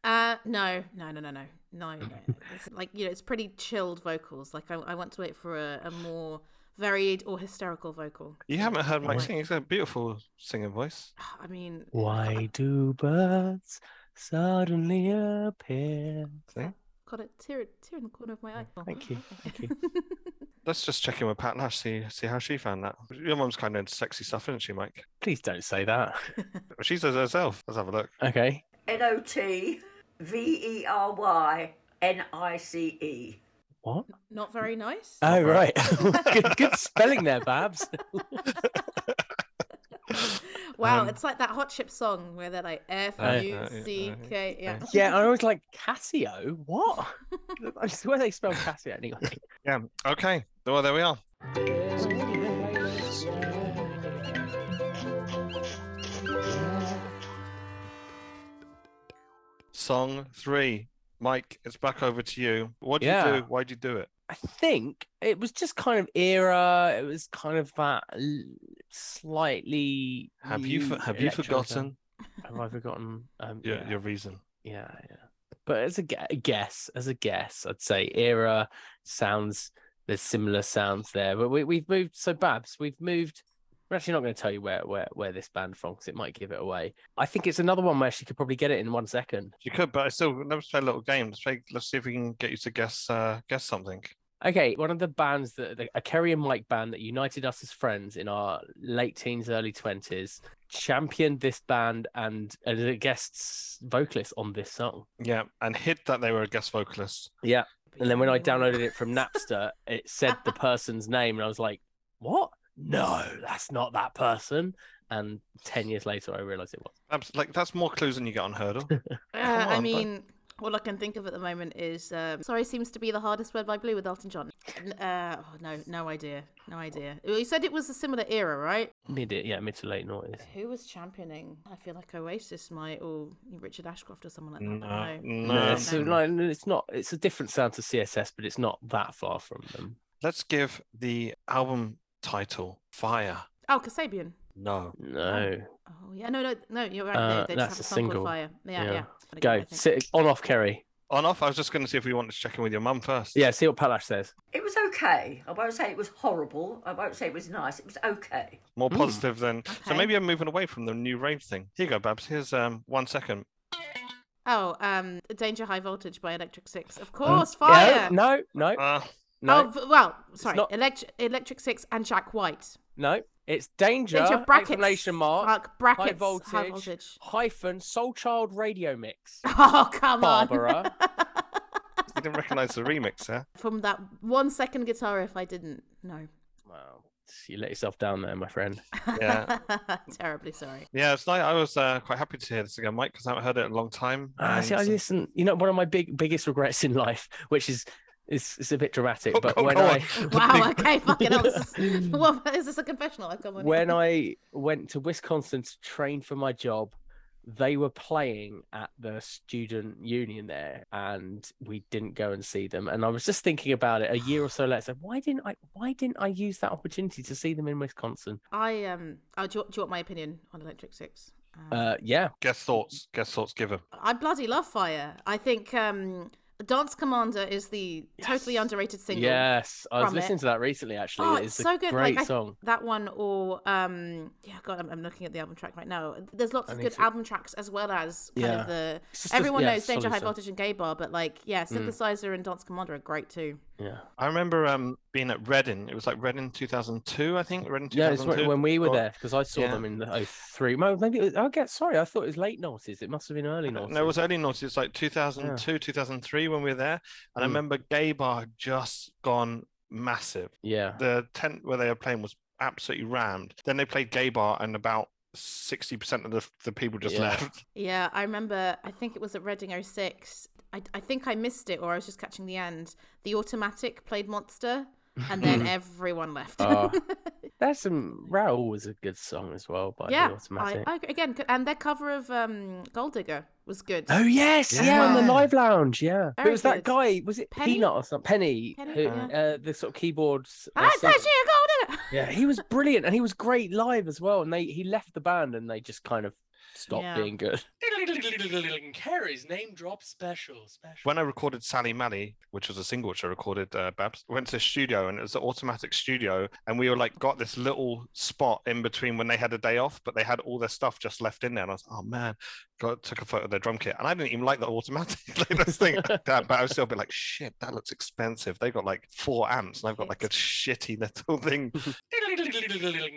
C: uh, no, no, no, no, no, no, no. It's like you know, it's pretty chilled vocals. Like I, I want to wait for a, a more varied or hysterical vocal.
B: You
C: So,
B: haven't heard Mike
A: Mike.
B: sing. He's got a beautiful singing voice.
C: I mean,
A: Why do birds suddenly appear?
B: See?
C: Got a tear, tear in the corner of my eye. Oh,
A: Thank you,
C: okay.
A: thank you.
B: Let's just check in with Pat Nash, see see how she found that. Your mum's kind of into sexy stuff, isn't she, Mike?
A: Please don't say that.
B: She says herself. Let's have a look.
A: Okay.
F: N O T V E R Y N I C E.
A: What?
C: Not very nice.
A: Oh right,
B: right.
A: good, good spelling there, Babs.
C: wow,
B: Um,
C: it's like that hot chip song where they're like F
A: Uh,
C: U
B: uh,
C: C K. Yeah.
A: Yeah, I was like Casio. What? I swear they spell Casio anyway.
B: Yeah. Okay. Well, there we are. Song three. Mike, it's back over to you. What did
A: Yeah.
B: you do? Why'd you do it?
A: I think it was just kind of era. It was kind of that l- slightly.
B: Have you
A: new
B: for- have you
A: electro
B: forgotten
A: thing. Have I forgotten? Um,
B: your,
A: yeah.
B: your reason?
A: Yeah, yeah. But as a gue- a guess, as a guess, I'd say era sounds. There's similar sounds there, but we we've moved. So Babs, we've moved. We're actually not going to tell you where where where this band from because it might give it away. I think it's another one where she could probably get it in one second.
B: You could, but I still let's play a little game. Let's play. Let's see if we can get you to guess uh, guess something.
A: Okay, one of the bands that the, a Kerry and Mike band that united us as friends in our late teens, early twenties, championed this band and as a guest vocalist on this song.
B: Yeah, and hid that they were a guest vocalist.
A: And then when I
C: But you know
A: downloaded it from Napster, it said the person's name, and I was like, "What? No, that's not that person." And ten years later, I realized it was.
B: That's like that's more clues than you get on hurdle. Come
C: Uh, I
B: on, bud.
C: mean, all I can think of at the moment is um, "Sorry" seems to be the hardest word by Blue with Elton John. N- Uh, oh, no, no idea, no idea. You said it was a similar era, right?
A: Mid, yeah, mid to late noughties.
C: Who was championing? I feel like Oasis might, or Richard Ashcroft, or someone like
B: No,
C: that. but
B: no,
A: No,
C: I
A: it's,
C: don't know.
A: Uh, like, it's not. It's a different sound to CSS, but it's not that far from them.
B: Let's give the album title Fire.
C: Oh, Kasabian.
B: No.
A: No,
C: Oh yeah, no, no, no. You're right.
A: Uh,
C: they, they
A: that's
C: just have a,
A: a
C: song
A: single.
C: called Fire. Yeah,
A: Yeah.
C: yeah.
A: go sit on off Kerry.
B: On off, I was just going to see if we wanted to check in with your mum first.
A: Yeah, see what Palash says.
F: It was okay. I won't say it was horrible. I won't say it was nice. It was okay.
B: More
A: Mm.
B: positive than. So
C: Okay.
B: maybe I'm moving away from the new rave thing. Here you go, Babs. Here's um one second.
C: Oh, um, Danger High Voltage by Electric Six. Of course,
A: No,
C: Fire.
A: Mm. No, no, no.
B: Uh,
C: Oh, v- well, sorry.
A: not-
C: Electric, Electric Six and Jack White.
A: No, it's danger.
C: Danger brackets.
A: Exclamation mark.
C: Mark, brackets.
A: high voltage. Hyphen Soul Child radio mix.
C: Oh, come
A: Barbara.
C: on.
B: you didn't recognize the remix, huh?
C: From that one second guitar riff, I didn't. No.
A: Wow, you let yourself down there, my friend.
B: Yeah.
C: Terribly sorry.
B: Yeah, it's nice. I was uh, quite happy to hear this again, Mike, because I haven't heard it in a long time.
A: Ah, see,
B: and-
A: I listen. You know, one of my big biggest regrets in life, which is is, is a bit dramatic,
B: Go-
A: but
B: go-
A: when
B: go
A: I
B: Oh, on.
C: Wow. Okay. Fucking hell. This is, what, is this a confessional? I've come on.
A: when I went to Wisconsin to train for my job, they were playing at the student union there, and we didn't go and see them. And I was just thinking about it a year or so later. so Why didn't I? Why didn't I use that opportunity to see them in Wisconsin?
C: I um. Oh, do, you, do you want my opinion on Electric Six? Um,
A: Uh, yeah,
B: Guess thoughts. Guess thoughts. Give them.
C: I bloody love Fire. I think um, Dance Commander is the totally
A: Yes.
C: underrated single.
A: yes. I was
C: from it.
A: listening to that recently. Actually,
C: Oh,
A: It
C: it's
A: is a
C: so good, like,
A: Great
C: I-
A: song.
C: that one or um yeah god I'm, I'm looking at the album track right now there's lots
A: I
C: of
A: need
C: good
A: to-
C: album tracks as well as kind
A: Yeah.
C: of the
A: It's just a-
C: everyone
A: yeah,
C: knows danger
A: solid
C: high
A: song.
C: voltage and gay bar but like yeah
A: Mm.
C: synthesizer and dance commander are great too
A: Yeah.
B: I remember um being at Reading. It was like Reading 2002, I think. Reading 2002.
A: Yeah, it's when, when we were
B: Or-
A: there because I saw
B: Yeah.
A: them in the 03. Well, Maybe it was, I get sorry, I thought it was late noughties. It must have been early noughties.
B: No, it was early noughties. It's like 2002, 2003 when we were there. And I
A: Mm.
B: remember Gay Bar had just gone massive.
A: yeah,
B: The tent where they were playing was absolutely rammed. Then they played Gay Bar, and about 60% of the, the people just
A: Yeah.
B: left.
C: yeah i remember i think it was at reading 06 I, I think i missed it or i was just catching the end the automatic played monster and then everyone left
A: Oh, there's some Raoul was a good song as well by
C: yeah
A: the
C: I,
A: Automatic.
C: I again c- and their cover of um gold digger was good
A: Oh yes, yeah, on
C: Yeah.
A: the live lounge, yeah. But it
C: Very
A: was that
C: good.
A: guy, was it
C: Penny?
A: Peanut or something? Penny,
C: Penny,
A: who,
C: yeah.
A: uh, the sort of keyboards. uh,
C: i'm
A: singer.
C: touching Ah, a gold digger
A: Yeah, he was brilliant and he was great live as well. And they he left the band and they just kind of stopped
C: Yeah.
A: being good.
D: Carrie's name drop special. Special.
B: When I recorded Sally Mally, which was a single which I recorded, uh, Babs went to the studio and it was an automatic studio. And we were like, got this little spot in between when they had a day off, but they had all their stuff just left in there. And I was, oh man, got, took a photo of their drum kit. And I didn't even like the automatic, like this thing. that, but I was still a bit like, shit, that looks expensive. They got like four amps and I've got like a shitty little thing.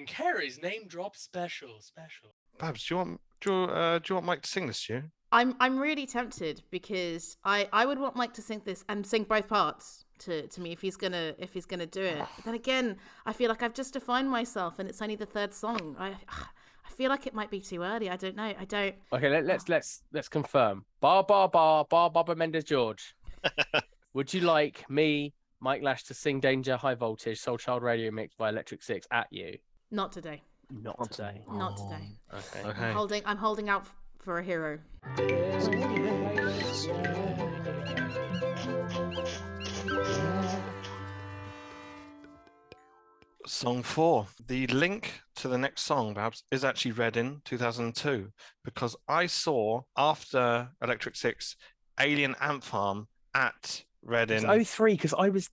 D: Carrie's name drop special. Special.
B: Babs, do you want, do you, uh, do you want Mike to sing this to you?
C: I'm I'm really tempted because I I would want Mike to sing this and sing both parts to to me if he's gonna if he's gonna do it. But then again, I feel like I've just defined myself and it's only the third song. I I feel like it might be too early. I don't know. I don't.
A: Okay, let, let's
C: Ah.
A: let's let's confirm. Bar bar bar bar Barbara Mendez George. Would you like me, Mike Lash, to sing Danger High Voltage Soul Child Radio Mix by Electric Six at you?
C: Not today.
A: Not today.
C: Not today.
A: Okay.
B: Okay.
C: I'm holding I'm holding out f- for a hero.
B: Song four. The link to the next song, perhaps, is actually read in 2002 because I saw after Electric Six Alien Ant Farm at Reading.
A: It's 03 because I was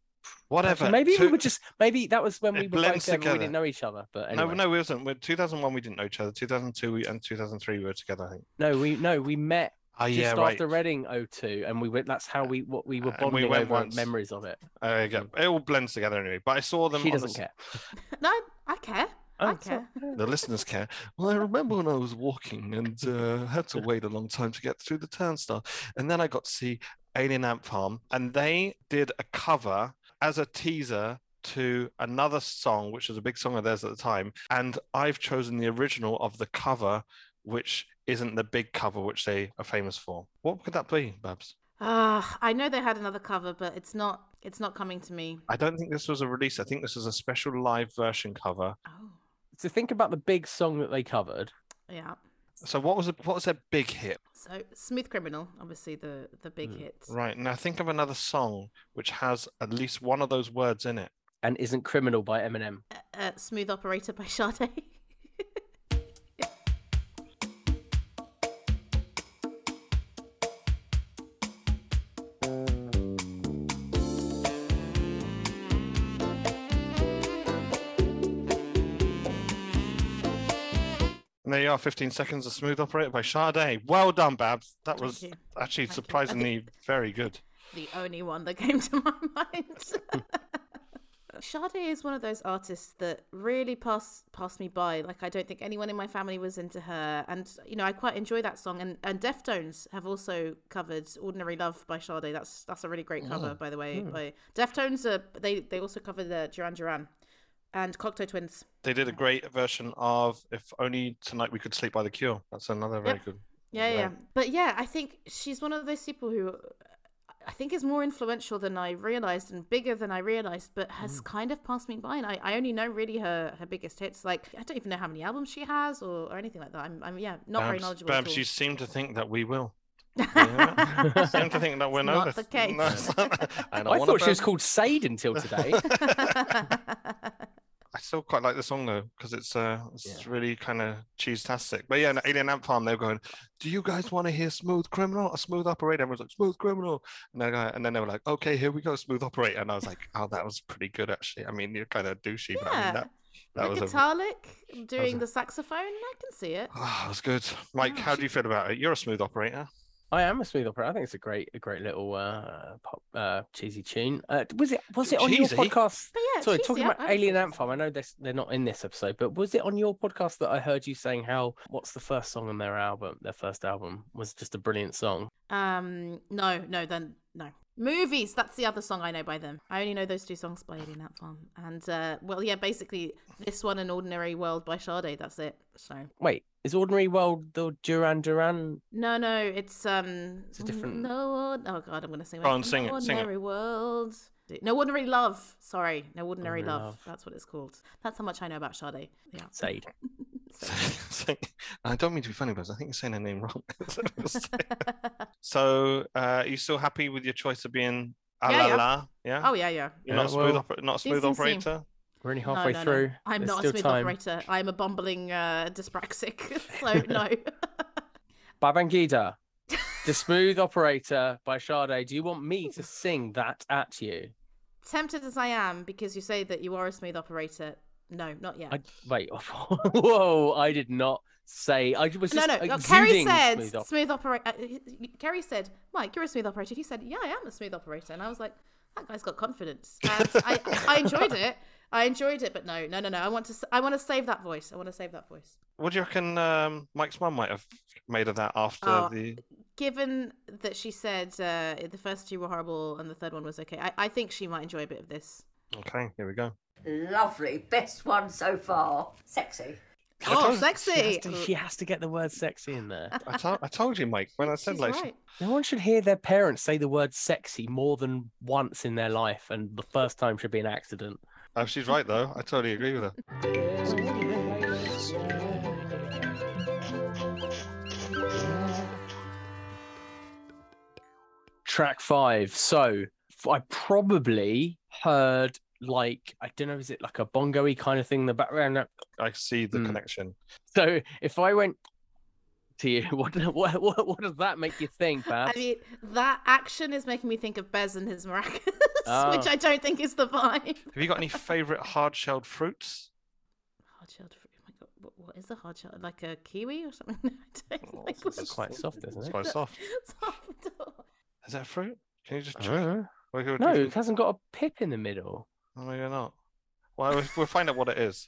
B: whatever.
A: maybe we
B: two-
A: were just maybe that was when
B: It
A: we were both
B: blends
A: there, but we
B: together.
A: didn't know each other. But
B: No,
A: anyway.
B: no, we wasn't. We're 2001, we didn't know each other. 2002 we, and 2003, we were together, I think.
A: no, we no we met
B: Oh,
A: just
B: yeah, right.
A: after Reading 02, and we went. That's how we what we were
B: Uh, and we
A: bonding
B: went
A: over
B: once.
A: memories of it.
B: There you go. Oh, It all blends together anyway. But I saw them.
A: She
B: on the
A: doesn't
B: s-
A: care.
C: No, I care. I
A: Oh,
C: care.
B: The listeners care. Well, I remember when I was walking and uh, had to wait a long time to get through the turnstile. And then I got to see Alien Ant Farm, and they did a cover as a teaser to another song, which was a big song of theirs at the time. And I've chosen the original of the cover, which isn't the big cover which they are famous for. What could that be, Babs?
C: Ah, I know they had another cover, but it's not it's not coming to me.
B: I don't think this was a release. I think this was a special live version cover.
C: Oh,
A: to think about the big song that they covered.
C: yeah.
B: So what was the, what was their big hit?
C: So Smooth Criminal, obviously the the big
A: Mm.
C: hit.
B: Right. Now think of another song which has at least one of those words in it.
A: And isn't criminal by Eminem.
C: Uh, uh, Smooth Operator by Sade.
B: And there you are, 15 seconds of Smooth Operator by Sade. Well done, Babs. That
C: Thank
B: was
C: you.
B: actually
C: Thank you. I think-
B: surprisingly very good.
C: the only one that came to my mind. Sade is one of those artists that really passed passed me by. Like I don't think anyone in my family was into her, and you know I quite enjoy that song. And and Deftones have also covered "Ordinary Love" by Sade. That's that's a really great cover, by the way. By Deftones, are, they they also covered the Duran Duran and Cocteau Twins.
B: They did a great version of If Only Tonight We Could Sleep by The Cure. That's another very
C: Yep.
B: good.
C: Yeah, yeah.
B: Right.
C: But yeah, I think she's one of those people who I think is more influential than I realized and bigger than I realized, but
B: Mm.
C: has kind of passed me by. And I, I only know really her, her biggest hits. Like, I don't even know how many albums she has or, or anything like that. I'm, I'm yeah, not very
B: Babs-
C: knowledgeable. at
B: Babs,
C: all.
B: you seem to think that we will. Yeah.
A: I
B: seem to think that we're
C: It's not
B: noticed.
C: the case.
B: No, it's not. I, don't wanna
A: thought she was
B: burn-
A: called Sade until today.
B: I still quite like the song though because it's uh it's really kind of cheese tastic. But yeah, no, Alien Ant Farm, they're going, "Do you guys want to hear Smooth Criminal or Smooth Operator?" Everyone's like, "Smooth Criminal," and then and then they were like, "Okay, here we go, Smooth Operator." And I was like, "Oh, that was pretty good actually. I mean, you're kind of douchey, but I
C: Yeah.
B: mean that that
C: the
B: was a,
C: guitar lick doing
B: a-
C: the saxophone, I can see it.
B: oh, it was good." Mike,
C: Yeah,
B: how do you feel about it? You're a Smooth Operator.
A: I am a smooth operator. I think it's a great, a great little uh, pop, uh, cheesy tune. Uh, was it? Was it on
B: Cheesy?
A: your podcast?
C: But yeah,
A: Sorry,
C: cheesy,
A: talking
C: I-
A: about
C: I would
A: Alien
C: say
A: Ant
C: so.
A: Farm. I know this, they're not in this episode, but was it on your podcast that I heard you saying how what's the first song on their album? Their first album was just a brilliant song.
C: Um, no, no, then no. Movies. That's the other song I know by them. I only know those two songs by Alien Ant Farm, and uh, well, yeah, basically this one and Ordinary World by Sade. That's it. So
A: Wait, is Ordinary World the Duran Duran?
C: no, no, it's um.
A: It's a different-
C: No, oh god, I'm gonna sing.
B: Go on, sing it,
C: No
B: sing it.
C: Ordinary World. No Ordinary Love. Sorry, No Ordinary,
A: Ordinary
C: love.
A: Love.
C: That's what it's called. That's how much I know about Sade. Yeah.
A: Sade.
B: So- I don't mean to be funny, but I think you're saying her name wrong. so, uh, are you still happy with your choice of being a
C: Yeah,
B: la
C: yeah.
B: la? Yeah.
C: oh yeah, yeah.
A: Yeah,
B: You're not a smooth,
A: well-
B: oper- not a
C: These
B: smooth
C: things seem-
B: operator.
A: We're only
C: No,
A: halfway
C: no, no.
A: through.
C: I'm
A: There's
C: not a
A: still
C: smooth
A: time.
C: operator. I'm a bumbling uh, dyspraxic. So no.
A: Babangida, the smooth operator by Sade. Do you want me to sing that at you?
C: Tempted as I am, because you say that you are a smooth operator. No, not yet.
A: I wait. Whoa! I did not say. I was just
C: no, no. uh, Kerry
A: exuding
C: said
A: smooth
C: smooth,
A: op-
C: operator. Uh, he- he- Kerry said, "Mike, you're a smooth operator." He said, "Yeah, I am a smooth operator," and I was like, "That guy's got confidence." And I, I enjoyed it. I enjoyed it, but no, no, no, no. I want to. s- I want to save that voice. I want to save that voice.
B: What do you reckon um, Mike's mum might have made of that after
C: Oh,
B: the?
C: given that she said uh, the first two were horrible and the third one was okay, I, I think she might enjoy a bit of this.
B: Okay, here we go.
F: Lovely. Best one so far. Sexy.
B: I
C: Oh,
B: told-
A: She has,
C: sexy!
A: to, she has to get the word sexy in there.
B: I, told, I told you, Mike, when I said
C: She's
B: like,
C: right.
A: No one should hear their parents say the word sexy more than once in their life, and the first time should be an accident.
B: oh, she's right though. I totally agree with her.
A: Track five. So f- I probably heard like I don't know, is it like a bongo-y kind of thing in the background?
B: I see the
A: Hmm.
B: connection.
A: So if I went to you, what what what, what does that make you think, Bab?
C: I mean, that action is making me think of Bez and his maracas,
A: Oh.
C: which I don't think is the vibe.
B: Have you got any favorite hard-shelled fruits?
C: Hard shelled fruit. Oh my god, what, what is a hard shell? Like a kiwi or something? I don't
B: Oh,
C: like
B: it's
C: what
B: just
A: quite soft, isn't
B: It's
A: it?
B: quite soft.
C: soft.
B: Is that fruit? Can you just check?
A: Uh,
B: Or you-
A: no, it hasn't got a pip in the middle.
B: Oh, maybe not. Well, we'll- we'll find out what it is.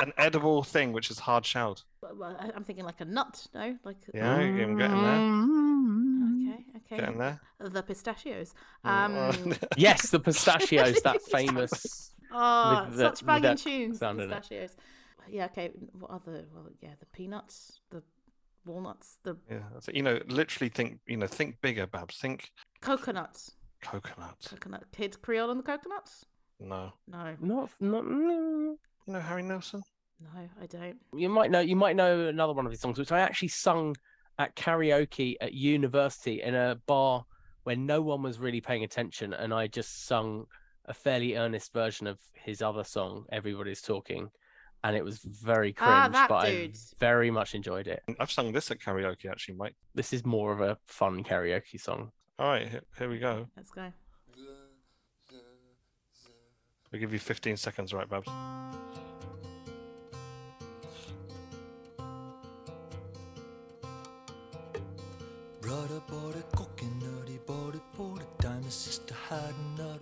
B: An edible thing which is hard shelled.
C: Well, well, I- I'm thinking like a nut, no? Like
B: Yeah, I'm getting there.
C: Okay,
B: Getting
C: okay.
B: there.
C: The pistachios. Um,
B: Mm,
A: Yes, the pistachios, that famous.
C: oh,
A: With the-
C: such
A: with
C: banging
A: that
C: tunes. The
A: sound in it.
C: pistachios. Yeah, okay. What other? Well, yeah, the peanuts, the walnuts, the
B: yeah, that's it. you know, literally think. You know, think bigger, Babs. Think
C: coconuts.
B: coconut.
C: Coconut. Kids Creole on the coconuts?
B: No,
C: No,
A: Not, not, no.
B: you know Harry Nelson.
C: no, I don't.
A: You might know, you might know another one of his songs, which I actually sung at karaoke at university in a bar where no one was really paying attention, and I just sung a fairly earnest version of his other song, "Everybody's Talking," and it was very cringe,
C: Ah, that
A: but
C: dude.
A: I very much enjoyed it.
B: I've sung this at karaoke actually, Mike.
A: This is more of a fun karaoke song.
B: All right, here, here we go.
C: Let's go.
B: I'll give you 15 seconds, right, Babs?
G: Brother bought a coconut, he bought it for the time his sister had another.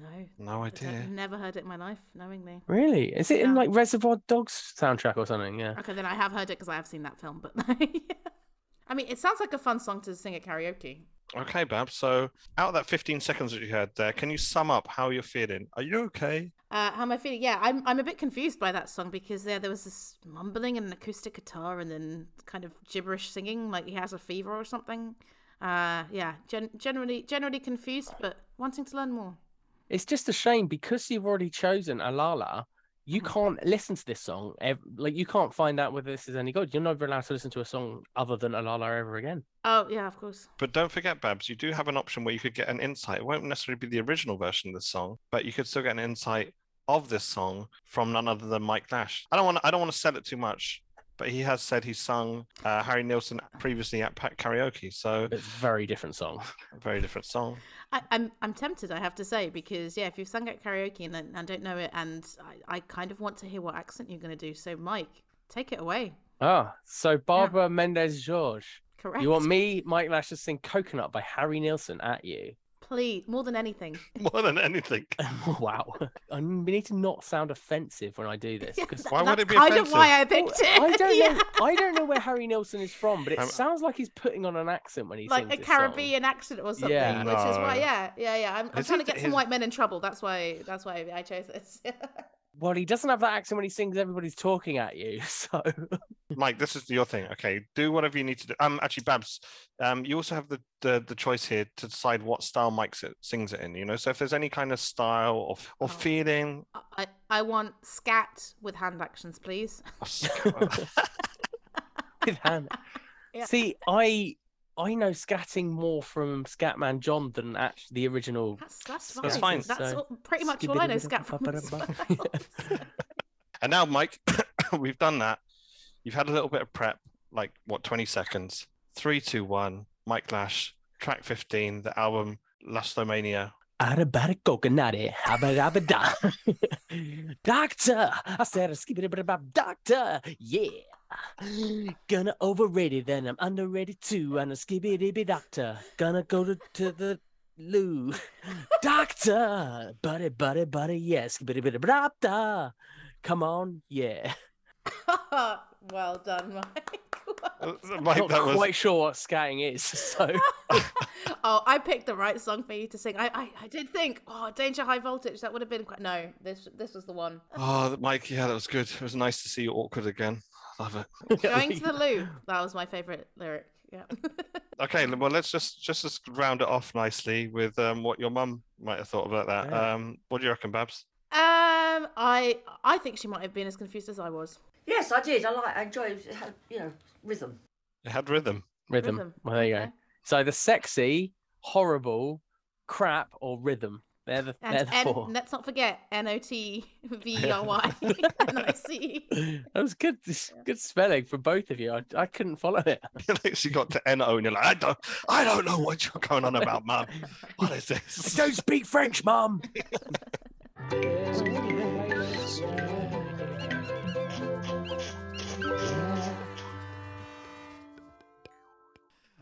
C: No,
B: No
C: I don't-
B: idea.
C: never heard it in my life, knowingly.
A: Really? Is it in
C: Yeah.
A: like Reservoir Dogs soundtrack or something? Yeah.
C: Okay, then I have heard it because I have seen that film, but I mean, it sounds like a fun song to sing at karaoke.
B: Okay, Babs. So, out of that 15 seconds that you had there, can you sum up how you're feeling? Are you okay?
C: Uh, how am I feeling? Yeah, I'm, I'm a bit confused by that song because there there was this mumbling and an acoustic guitar and then kind of gibberish singing, like he has a fever or something. Uh, yeah, gen- generally generally confused, but wanting to learn more.
A: It's just a shame because you've already chosen Alala. You
C: Mm.
A: can't listen to this song. ev- Like you can't find out whether this is any good. You're never allowed to listen to a song other than Alala ever again.
C: Oh yeah, of course.
B: But don't forget, Babs, you do have an option where you could get an insight. It won't necessarily be the original version of this song, but you could still get an insight of this song from none other than Mike Nash. I don't want. I don't want to sell it too much, but he has said he sung uh, Harry Nilsson previously at Pat Karaoke, so
A: It's a very different song.
B: a very different song.
C: I, I'm I'm tempted, I have to say, because yeah, if you've sung at karaoke and then- and don't know it, and I, I kind of want to hear what accent you're going to do. So Mike, take it away.
A: Ah, so Barbara Mendez George.
C: Correct.
A: You want me, Mike Lash, to sing Coconut by Harry Nilsson at you?
C: Please, more than anything.
B: More than anything.
A: wow. I need to not sound offensive when I do this
C: Yeah,
A: because
B: Why would
C: That's
B: it be
C: kind
B: offensive?
C: of why I
A: Well,
C: picked it.
A: I don't
C: Yeah.
A: know. I don't know where Harry Nilsson is from, but it
B: Um,
A: sounds like he's putting on an accent when he
C: Like
A: sings
C: a
A: this song.
C: Caribbean accent or something,
A: Yeah.
C: which is why,
B: No.
C: yeah, yeah, yeah. I'm, I'm
B: Is
C: trying
B: he-
C: to get some
B: is-
C: white men in trouble. That's why. That's why I chose this.
A: Well, he doesn't have that accent when he sings. Everybody's talking at you, so
B: Mike, this is your thing. Okay, do whatever you need to do. Um, actually, Babs, um, you also have the, the the choice here to decide what style Mike s- sings it in. You know, so if there's any kind of style or or
C: Oh.
B: feeling,
C: I, I want scat with hand actions, please.
A: with hand.
C: Yeah.
A: See, I I know scatting more from Scatman John than actually the original.
C: That's that's fine.
B: That's
C: That's,
B: fine.
A: So-
C: all, pretty much all I know. Scat from. as well.
B: And now, Mike, we've done that. You've had a little bit of prep, like what, 20 seconds? Three, two, one. Mike Lash, track 15, the album Lastomania.
A: Arabada coconutty, abadabada. Doctor, I said, skibidi doctor, yeah. Gonna overrate it, then I'm underrated too. I'm a skibidi doctor. Gonna go to, to the loo. doctor, buddy, buddy, buddy, yes, yeah. skibidi doctor. Come on, yeah.
C: well done, Michael.
A: I'm
B: Mike,
A: not
B: that was
A: quite sure what scatting is. So
C: oh, I picked the right song for you to sing. I, I, I did think, oh, Danger High Voltage. That would have been quite. No, this this was the one.
B: oh, Mike. Yeah, that was good. It was nice to see you awkward again. Love it.
C: Going to the loo. That was my favorite lyric. Yeah.
B: Okay, l- well, let's just just just round it off nicely with um, what your mum might have thought about that.
A: Yeah.
B: Um, what do you reckon, Babs?
C: um, I I think she might have been as confused as I was.
F: Yes, I did. I like. I enjoyed. It had, you know, rhythm.
B: It had rhythm.
A: rhythm.
C: Rhythm.
A: Well, there you go.
C: Okay.
A: So the sexy, horrible, crap, or rhythm. They're the, they're
C: And
A: the
C: N-
A: four.
C: let's not forget N O T V E R Y N I C. E.
A: that was good. s- Good spelling for both of you. I, I couldn't follow it.
B: You literally got to NO and you're like, I don't, I don't know what you're going on about, mum. What is this?
A: Don't speak French, Mum.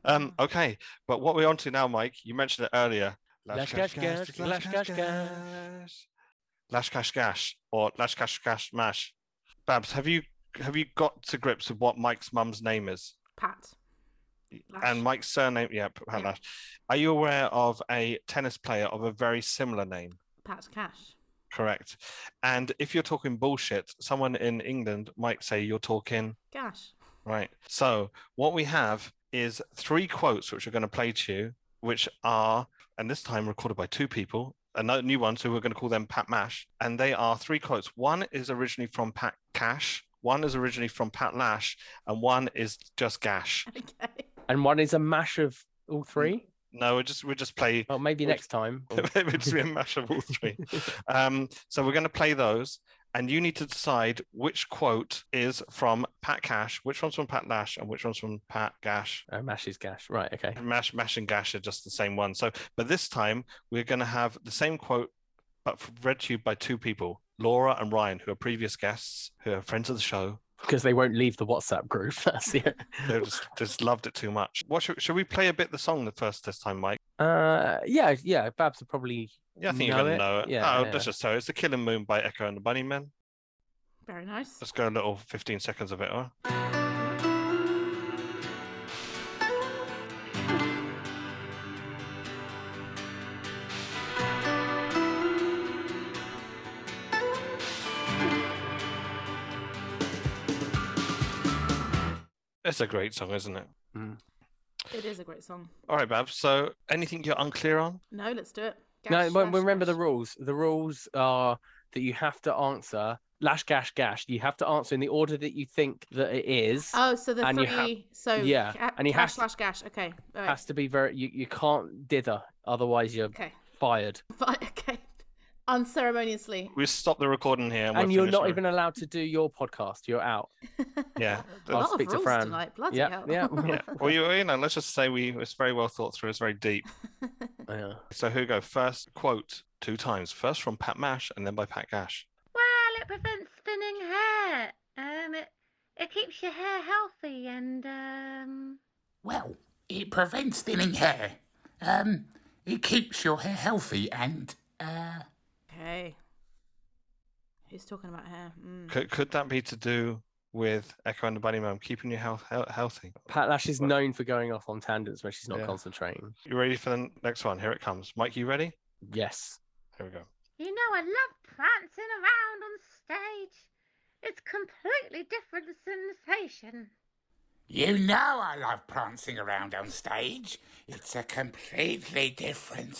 B: Um, okay, but what we're on to now, Mike, you mentioned it earlier.
A: Lash gash gash, lash gash gash.
B: gash. Lash gash gash or lash gash gash mash. Babs, have you have you got to grips with what Mike's mum's name is?
C: Pat. Lash.
B: And Mike's surname, yeah, P- Pat
C: Yeah.
B: Lash. Are you aware of a tennis player of a very similar name?
C: Pat Cash.
B: Correct. And if you're talking bullshit, someone in England might say you're talking
C: Gash.
B: Right. So what we have is three quotes which we're going to play to you, which are, and this time recorded by two people, another new one. So we're going to call them Pat Mash. And they are three quotes. One is originally from Pat Cash, one is originally from Pat Lash, and one is just Gash.
C: Okay.
A: And one is a mash of all three.
B: No, we just we just play
A: Well, maybe
B: Which-
A: next time. or-
B: it would just be a mash of all three. Um, so we're going to play those, and you need to decide which quote is from Pat Cash, which one's from Pat Lash, and which one's from Pat Gash.
A: Oh, mash is gash. Right. Okay.
B: Mash, Mash and Gash are just the same one. So, but this time we're going to have the same quote, but f- read to you by two people, Laura and Ryan, who are previous guests, who are friends of the show.
A: Because they won't leave the WhatsApp group. That's the.
B: They just, just loved it too much. What should, should we play a bit the song the first this time, Mike?
A: Uh, yeah, yeah. Babs will probably.
B: Yeah, I think
A: Know
B: you're gonna
A: it?
B: know it.
A: Yeah,
B: oh,
A: yeah.
B: that's just so. It's the Killing Moon by Echo and the Bunnymen.
C: Very nice.
B: Let's go a little 15 seconds of it. Huh? It's a great song, isn't it?
C: It is a great song.
B: All right, Bab. So, anything you're unclear on?
C: No, let's do it.
A: no,
C: Gash,
A: but
C: gash,
A: remember the
C: gash.
A: rules. The rules are that you have to answer lash gash gash. You have to answer in the order that you think that it is.
C: Oh, so the
A: And you
C: three.
A: have-
C: so
A: yeah,
C: ca-
A: and you have
C: cash
A: to-
C: slash gash. Okay. All right.
A: Has to be very. You, you can't dither, otherwise you're
C: Okay.
A: fired.
C: Fi- okay. Unceremoniously.
B: We stop the recording here, and,
A: And
B: we'll
A: you're
B: finish
A: not
B: the-
A: even allowed to do your podcast. You're out.
B: Yeah,
C: A lot
A: speak
C: of
A: to
C: rules
A: Fran.
C: tonight. Bloody
A: Yeah,
C: hell.
A: yeah.
B: yeah. Well, you, you know, let's just say we. It's very well thought through. It's very deep.
A: Yeah.
B: So here we go. First quote two times. First from Pat Mash and then by Pat Gash.
H: Well, it prevents thinning hair. Um, it, it keeps your hair healthy and um.
I: Well, it prevents thinning hair. Um, it keeps your hair healthy and, uh,
C: okay. Who's talking about hair? Mm.
B: Could, could that be to do with Echo and the Bunny Man keeping your health he- healthy?
A: Pat Lash is known for going off on tangents when she's not
B: Yeah.
A: concentrating.
B: You ready for the n- next one? Here it comes. Mike, you ready?
A: Yes.
B: Here we go.
H: You know, I love prancing around on stage. It's completely different sensation.
I: you know I love prancing around on stage. It's a completely different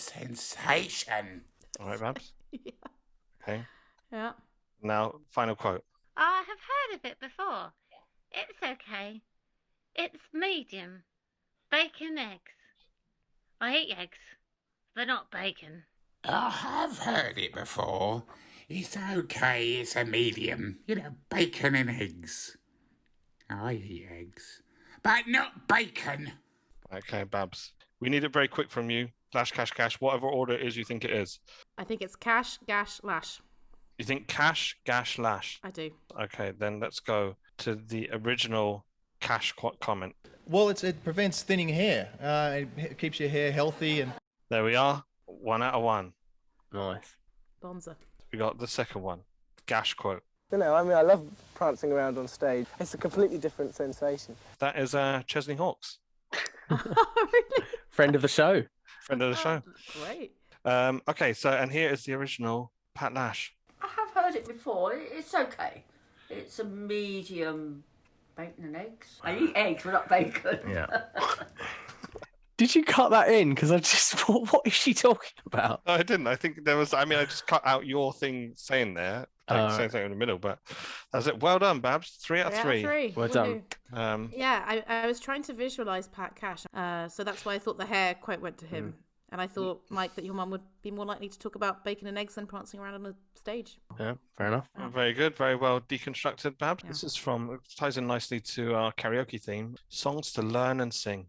I: sensation.
B: All right, Babs.
C: yeah.
B: Okay.
C: Yeah.
B: Now, final quote.
H: I have heard of it before. It's okay. It's medium. Bacon eggs. I eat eggs, but not bacon.
I: I have heard it before. It's okay, it's a medium. You know, bacon and eggs. I eat eggs. But not bacon.
B: Okay, Babs. We need it very quick from you. Flash, cash, cash, whatever order it is you think it is.
C: I think it's cash, gash, lash.
B: You think cash, gash, lash.
C: I do.
B: Okay, then let's go to the original cash qu- comment.
J: Well, it's, it prevents thinning hair. Uh, it h- keeps your hair healthy and
B: There we are. One out of one.
A: Nice.
C: Bonza.
B: We got the second one. Gash quote.
K: You know, I mean, I love prancing around on stage. It's a completely different sensation.
B: That is uh, Chesney Hawks.
A: Friend of the show.
B: Friend
C: Ah.
B: of the show.
C: Great.
B: Um, okay, so and here is the original Pat Nash.
F: I have heard it before. It- It's okay. It's a medium bacon and eggs. I eat eggs, but not bacon.
A: Yeah. Did you cut that in? Because I just thought, what is she talking about?
B: No, I didn't. I think there was. I mean, I just cut out your thing saying there, like,
A: Alright.
B: same thing in the middle. But that's it. Well done, Babs. Three out of three.
C: Three out of three. Well done.
B: Um,
C: Yeah, I, I was trying to visualize Pat Cash, uh, so that's why I thought the hair quote went to him.
B: Mm.
C: And I thought, Mike, that your mum would be more likely to talk about bacon and eggs than prancing around on a stage.
A: yeah, fair enough.
B: Very good. Very well deconstructed, Babs. This is from it ties in nicely to our karaoke theme: songs to learn and sing.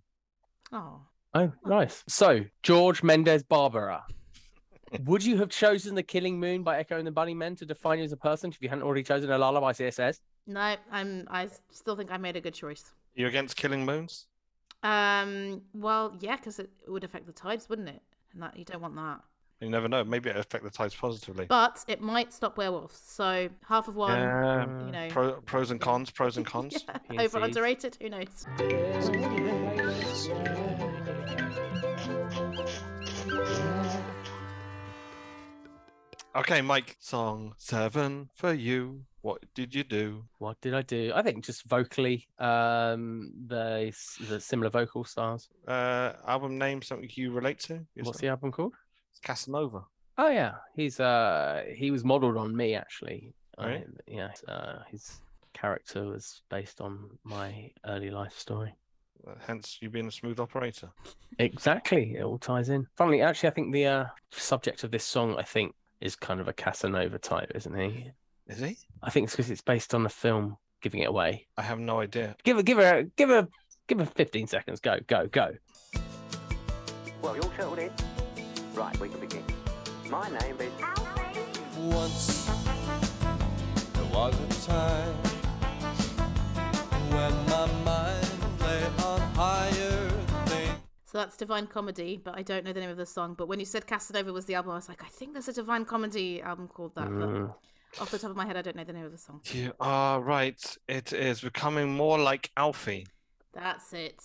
C: Oh,
A: Oh, nice. So, George Mendez Barbera. Would you have chosen The Killing Moon by Echo and the Bunnymen to define you as a person if you hadn't already chosen a lullaby CSS?
C: no, I'm. I still think I made a good choice.
B: Are you against killing moons?
C: Um, well, yeah, because it would affect the tides, wouldn't it? And that you don't want that.
B: You never know. Maybe it affect the tides positively.
C: But it might stop werewolves. So half of one,
B: yeah.
C: you know,
B: pro, pros and cons. Pros and cons.
C: over underrated. Who knows?
B: Okay, Mike. Song seven for you. What did you do?
A: What did I do? I think just vocally, um, the, the similar vocal styles.
B: Uh, album name something you relate to?
A: What's the album called?
B: Casanova.
A: Oh yeah, he's uh he was modelled on me actually.
B: Really?
A: I- Oh, yeah, uh, his character was based on my early life story.
B: Uh, Hence, you being a smooth operator.
A: Exactly, it all ties in. Funnily, actually, I think the uh, subject of this song, I think, is kind of a Casanova type, isn't he?
B: Is he?
A: I think it's because it's based on a film. Giving it away.
B: I have no idea.
A: Give a give her give her give her fifteen seconds. Go go go.
L: Well, you're settled in. Right, we can begin. My name is.
G: Once there was a time when my mind lay on higher things.
C: So that's Divine Comedy, but I don't know the name of the song. But when you said Casanova was the album, I was like, I think there's a Divine Comedy album called that.
B: Mm.
C: But off the top of my head, I don't know the name of the song.
B: You are right. It is becoming more like Alfie.
C: That's it.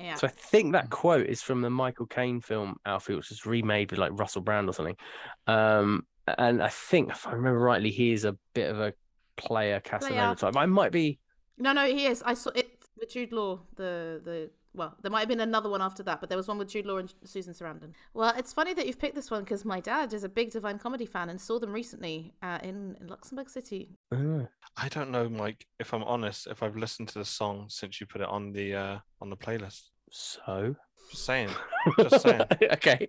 C: Yeah.
A: So I think that quote is from the Michael Caine film Alfie, which was remade with like Russell Brand or something. Um, and I think, if I remember rightly, he is a bit of a player Casanova type. I might be.
C: No, no, he is. I saw it with Jude Law. The the well, there might have been another one after that, but there was one with Jude Law and Susan Sarandon. Well, it's funny that you've picked this one because my dad is a big Divine Comedy fan and saw them recently uh, in, in Luxembourg City.
A: oh,
B: I don't know, Mike. If I'm honest, if I've listened to the song since you put it on the uh, on the playlist.
A: So.
B: Just saying. Just saying.
A: okay.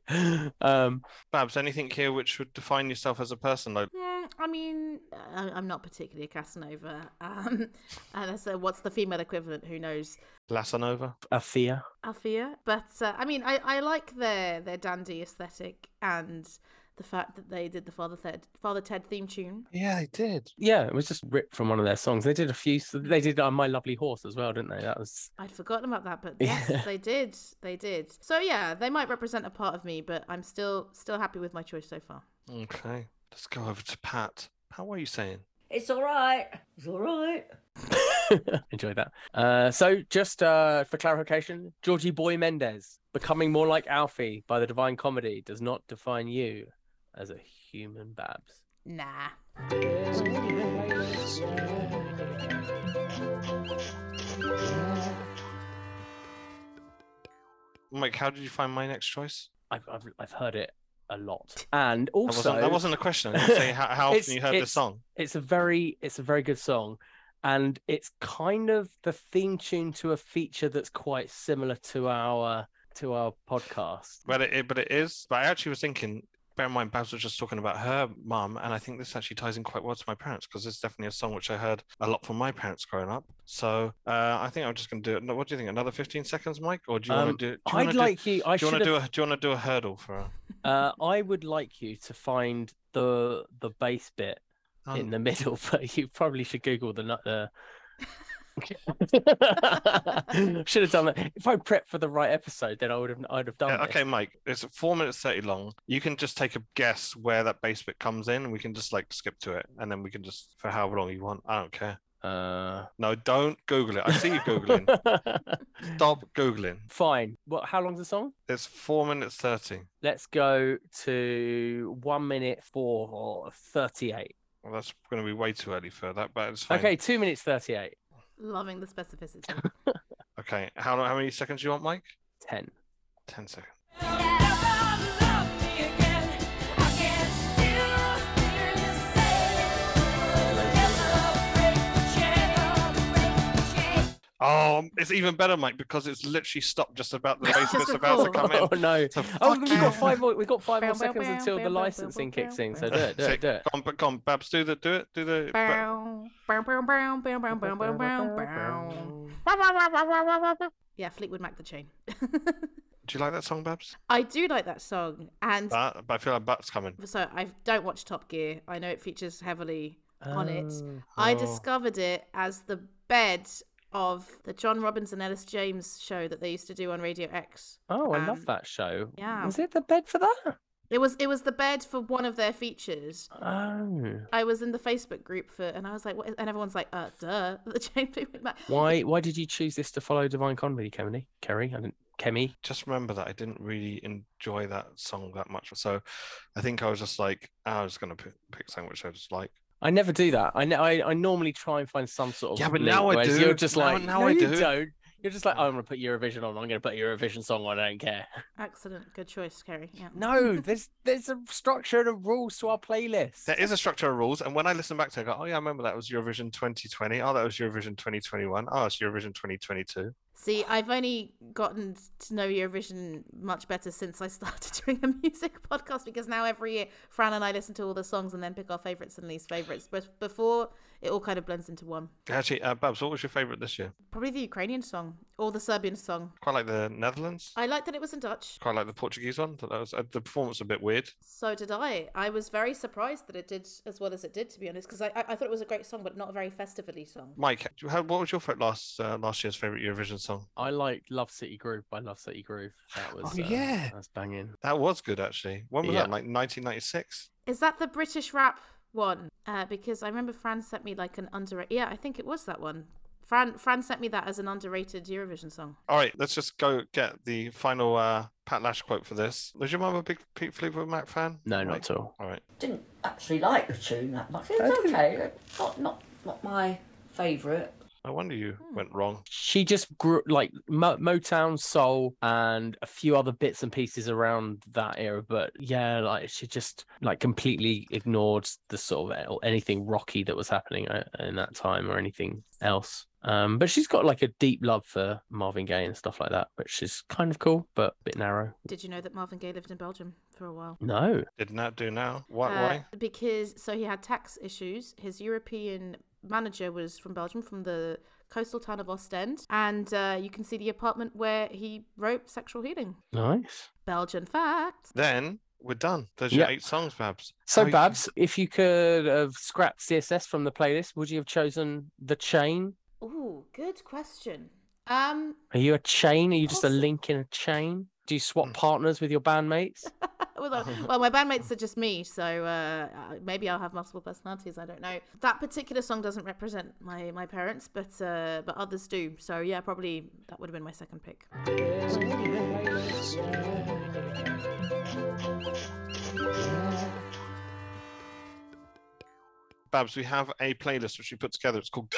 A: Um,
B: Babs, anything here which would define yourself as a person? Like,
C: Mm, I mean, I, I'm not particularly a Casanova. Um, and I said, what's the female equivalent? Who knows?
B: Lasanova.
A: Althea.
C: Althea. But uh, I mean, I, I like their their dandy aesthetic and the fact that they did the Father Ted Father Ted theme tune.
B: Yeah, they did.
A: Yeah, it was just ripped from one of their songs. They did a few. They did uh, My Lovely Horse as well, didn't they? That was.
C: I'd forgotten about that, but yes, they did. They did. So yeah, they might represent a part of me, but I'm still still happy with my choice so far.
B: Okay, let's go over to Pat. Pat, what are you saying?
F: It's all right. It's all right.
A: Enjoy that. Uh, so, just uh, for clarification, Georgie Boy Mendez becoming more like Alfie by the Divine Comedy does not define you as a human, Babs.
C: Nah.
B: Mike, how did you find my next choice?
A: I've I've, I've heard it a lot, and
B: That wasn't-
A: also
B: that wasn't a question. I was gonna say, how- how often
A: It's-
B: you heard the
A: it's-
B: song?
A: It's a very it's a very good song, and it's kind of the theme tune to a feature that's quite similar to our to our podcast.
B: But it, it- but it is. But I actually was thinking. Bear in mind, Babs was just talking about her mum, and I think this actually ties in quite well to my parents because it's definitely a song which I heard a lot from my parents growing up. So uh, I think I'm just going to do it. no, What do you think? Another 15 seconds, Mike, or do you
A: Um,
B: want to do? do you
A: I'd
B: wanna do-
A: like you- I
B: do you
A: should've-
B: want to do a Do you want to do a hurdle for? Her?
A: Uh, I would like you to find the the bass bit in
B: Um,
A: the middle, but you probably should Google the nu- the Should have done that. If I prepped for the right episode, then I would have. I'd have done.
B: Yeah,
A: this.
B: okay, Mike, it's four minutes 30 long. You can just take a guess where that base bit comes in. We can just like skip to it and then we can just for however long you want. I don't care.
A: Uh...
B: No, don't Google it. I see you Googling. Stop Googling.
A: Fine. What? How long's the song?
B: It's four minutes 30.
A: Let's go to one minute for thirty-eight.
B: Well, that's going to be way too early for that, but it's fine.
A: Okay, two minutes thirty-eight.
C: Loving the specificity.
B: Okay. How, how many seconds you want, Mike?
A: 10.
B: 10 seconds. Oh, it's even better, Mike, because it's literally stopped just about the bass that's about to come in.
A: Oh no!
B: So
A: Oh,
B: fuck
A: we've
B: you.
A: got five more. We've got five more
C: Bow, bow,
A: seconds
C: bow,
A: until
C: bow,
A: the
C: bow, bow,
A: licensing
C: bow,
A: kicks in.
C: bow.
A: So do it, do it, do it.
B: Come, on, come, on, Babs, do the, do it, do the.
C: Bow, bow, bow, bow, bow, bow, bow, bow, bow. Yeah, Fleetwood Mac the chain.
B: Do you like that song, Babs?
C: I do like that song, and
B: But, but I feel like Bat's coming.
C: so I don't watch Top Gear. I know it features heavily on it.
A: Um,
B: Oh.
C: I
B: Oh.
C: discovered it as the bed of the John Robbins and Ellis James show that they used to do on Radio X.
A: Oh, I love that show.
C: yeah.
A: Was it the bed for that?
C: It was it was the bed for one of their features.
A: Oh.
C: I was in the Facebook group for, and I was like, what? is- and everyone's like, uh, duh, the chain Fleetwood Mac.
A: Why? Why did you choose this to follow Divine Comedy, Kemeny? Kerry? I didn't. Kemi?
B: Just remember that I didn't really enjoy that song that much. So I think I was just like, I was going to pick, pick something which I just like.
A: I never do that. I, ne- I I normally try and find some sort of
B: Yeah, but
A: link,
B: now I
A: whereas
B: do.
A: You're just
B: Now-
A: like
B: now
A: "No,
B: I
A: you
B: do."
A: not You're just like oh, I'm gonna put Eurovision on. I'm gonna put a Eurovision song on. I don't care.
C: Accident. Good choice, Kerry. Yeah.
A: No, there's there's a structure and a rules to our playlist.
B: There is a structure of rules. And when I listen back to it, I go, oh, yeah, I remember that was Eurovision 2020. Oh, that was Eurovision 2021. Oh, it's Eurovision 2022.
C: See, I've only gotten to know Eurovision much better since I started doing a music podcast because now every year Fran and I listen to all the songs and then pick our favourites and least favourites. But before, it all kind of blends into one.
B: Actually, uh, Babs, what was your favorite this year?
C: Probably the Ukrainian song or the Serbian song.
B: Quite like the Netherlands.
C: I liked that it was in Dutch.
B: Quite like the Portuguese one. Thought That was, uh, the performance was a bit weird.
C: So did I. I was very surprised that it did as well as it did, to be honest, because I, I I thought it was a great song, but not a very festively song.
B: Mike, do you have- what was your fa- last uh, last year's favorite Eurovision song?
A: I like Love City Groove by Love City Groove. That was uh,
B: yeah.
A: that's banging.
B: That was good, actually. When was
A: Yeah.
B: that? Like 1996?
C: Is that the British rap one? Uh, because I remember Fran sent me like an underrated. Yeah, I think it was that one. Fran Fran sent me that as an underrated Eurovision song.
B: All right, let's just go get the final uh, Pat Lash quote for this. Was your mum a big Pete Fleetwood Mac fan?
A: No, not at all.
B: All right.
F: Didn't actually like the tune that much. It's okay. Not not not my favourite.
B: I wonder you went wrong.
A: She just grew like Mo- Motown, soul, and a few other bits and pieces around that era. But yeah, like she just like completely ignored the sort of eh, anything rocky that was happening uh, in that time or anything else. Um, but she's got like a deep love for Marvin Gaye and stuff like that, which is kind of cool, but a bit narrow.
C: Did you know that Marvin Gaye lived in Belgium for a while?
A: No,
B: Did not do now. What?
C: Uh,
B: why?
C: Because so he had tax issues. His European manager was from Belgium, from the coastal town of Ostend, and uh, you can see the apartment where he wrote "Sexual Healing."
A: nice.
C: Belgian fact.
B: Then we're done. There's your
A: Yeah.
B: eight songs, Babs.
A: So,
B: How you-
A: Babs, if you could have scrapped CSS from the playlist, would you have chosen the chain?
C: Ooh, good question. Um,
A: Are you a chain? Are you just a link in a chain? Do you
B: Hmm.
A: swap partners with your bandmates?
C: well, uh, well, my bandmates are just me, so uh, uh, maybe I'll have multiple personalities. I don't know. That particular song doesn't represent my my parents, but uh, but others do. So yeah, probably that would have been my second pick.
B: Babs, we have a playlist which we put together. It's called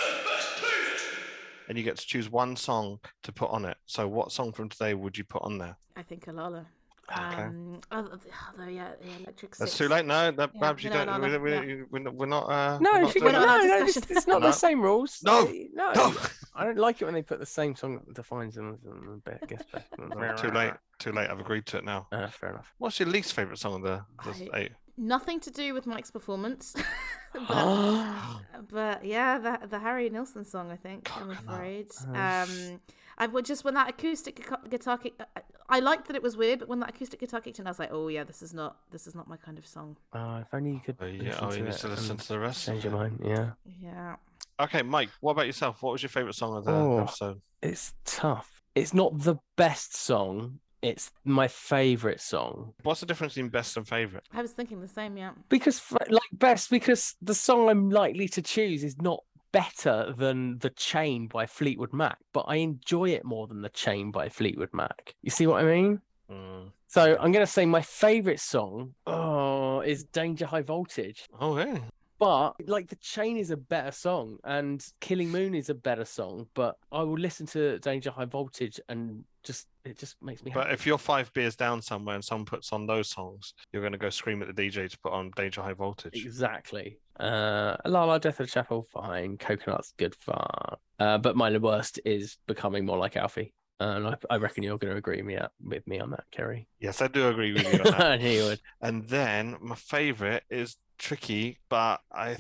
B: and you get to choose one song to put on it. So, what song from today would you put on there?
C: I think Alala.
B: Okay.
C: Um, although, although yeah, the electric.
B: That's
C: Six.
B: too late. No, that,
C: Yeah,
B: Babs, you don't.
C: no, no,
B: we,
C: no,
B: don't- we,
C: yeah.
B: don't- we're not. We're not. Uh,
A: No,
B: not
A: because-
B: doing
A: no,
B: that.
A: no, it's, it's not
B: No.
A: the same rules.
B: No.
A: They- no.
B: No.
A: I don't like it when they put the same song that defines them. as a be- guess best.
B: No, Too late. Too late. I've agreed to it now.
A: Uh, fair enough.
B: What's your least favorite song of the, the
C: I-
B: eight?
C: Nothing to do with Mike's performance. but, but yeah, the, the Harry Nilsson song, I think, I'm afraid. Um, I would just, when that acoustic guitar- guitar kick, I- I liked that it was weird, but when that acoustic guitar kicked in, I was like, oh yeah, this is not, this is not my kind of song.
B: Oh,
A: Uh, if only you could.
B: yeah, oh, you need to listen to the rest
A: Change
B: of
A: your mind. Yeah.
C: Yeah.
B: Okay, Mike, what about yourself? What was your favorite song of the
A: Oh.
B: episode?
A: It's tough. It's not the best song. It's my favorite song
B: What's the difference between best and favorite?
C: I was thinking the same, yeah.
A: because, f- like, best because the song I'm likely to choose is not better than The Chain by Fleetwood Mac, but I enjoy it more than The Chain by Fleetwood Mac. You see what I mean?
B: Mm.
A: So I'm going to say my favorite song oh, is Danger High Voltage.
B: Oh, yeah.
A: But like The Chain is a better song and Killing Moon is a better song, but I will listen to Danger High Voltage and just it just makes me
B: But
A: happy.
B: if you're five beers down somewhere and someone puts on those songs, you're going to go scream at the DJ to put on Danger High Voltage.
A: Exactly. Uh, La La Death of the Chapel, fine. Coconut's good fun. Uh, but my worst is becoming more like Alfie. And I, I reckon you're going to agree me up, with me on that, Kerry.
B: Yes, I do agree with you on
A: I
B: that.
A: knew you would.
B: And then my favorite is tricky, but I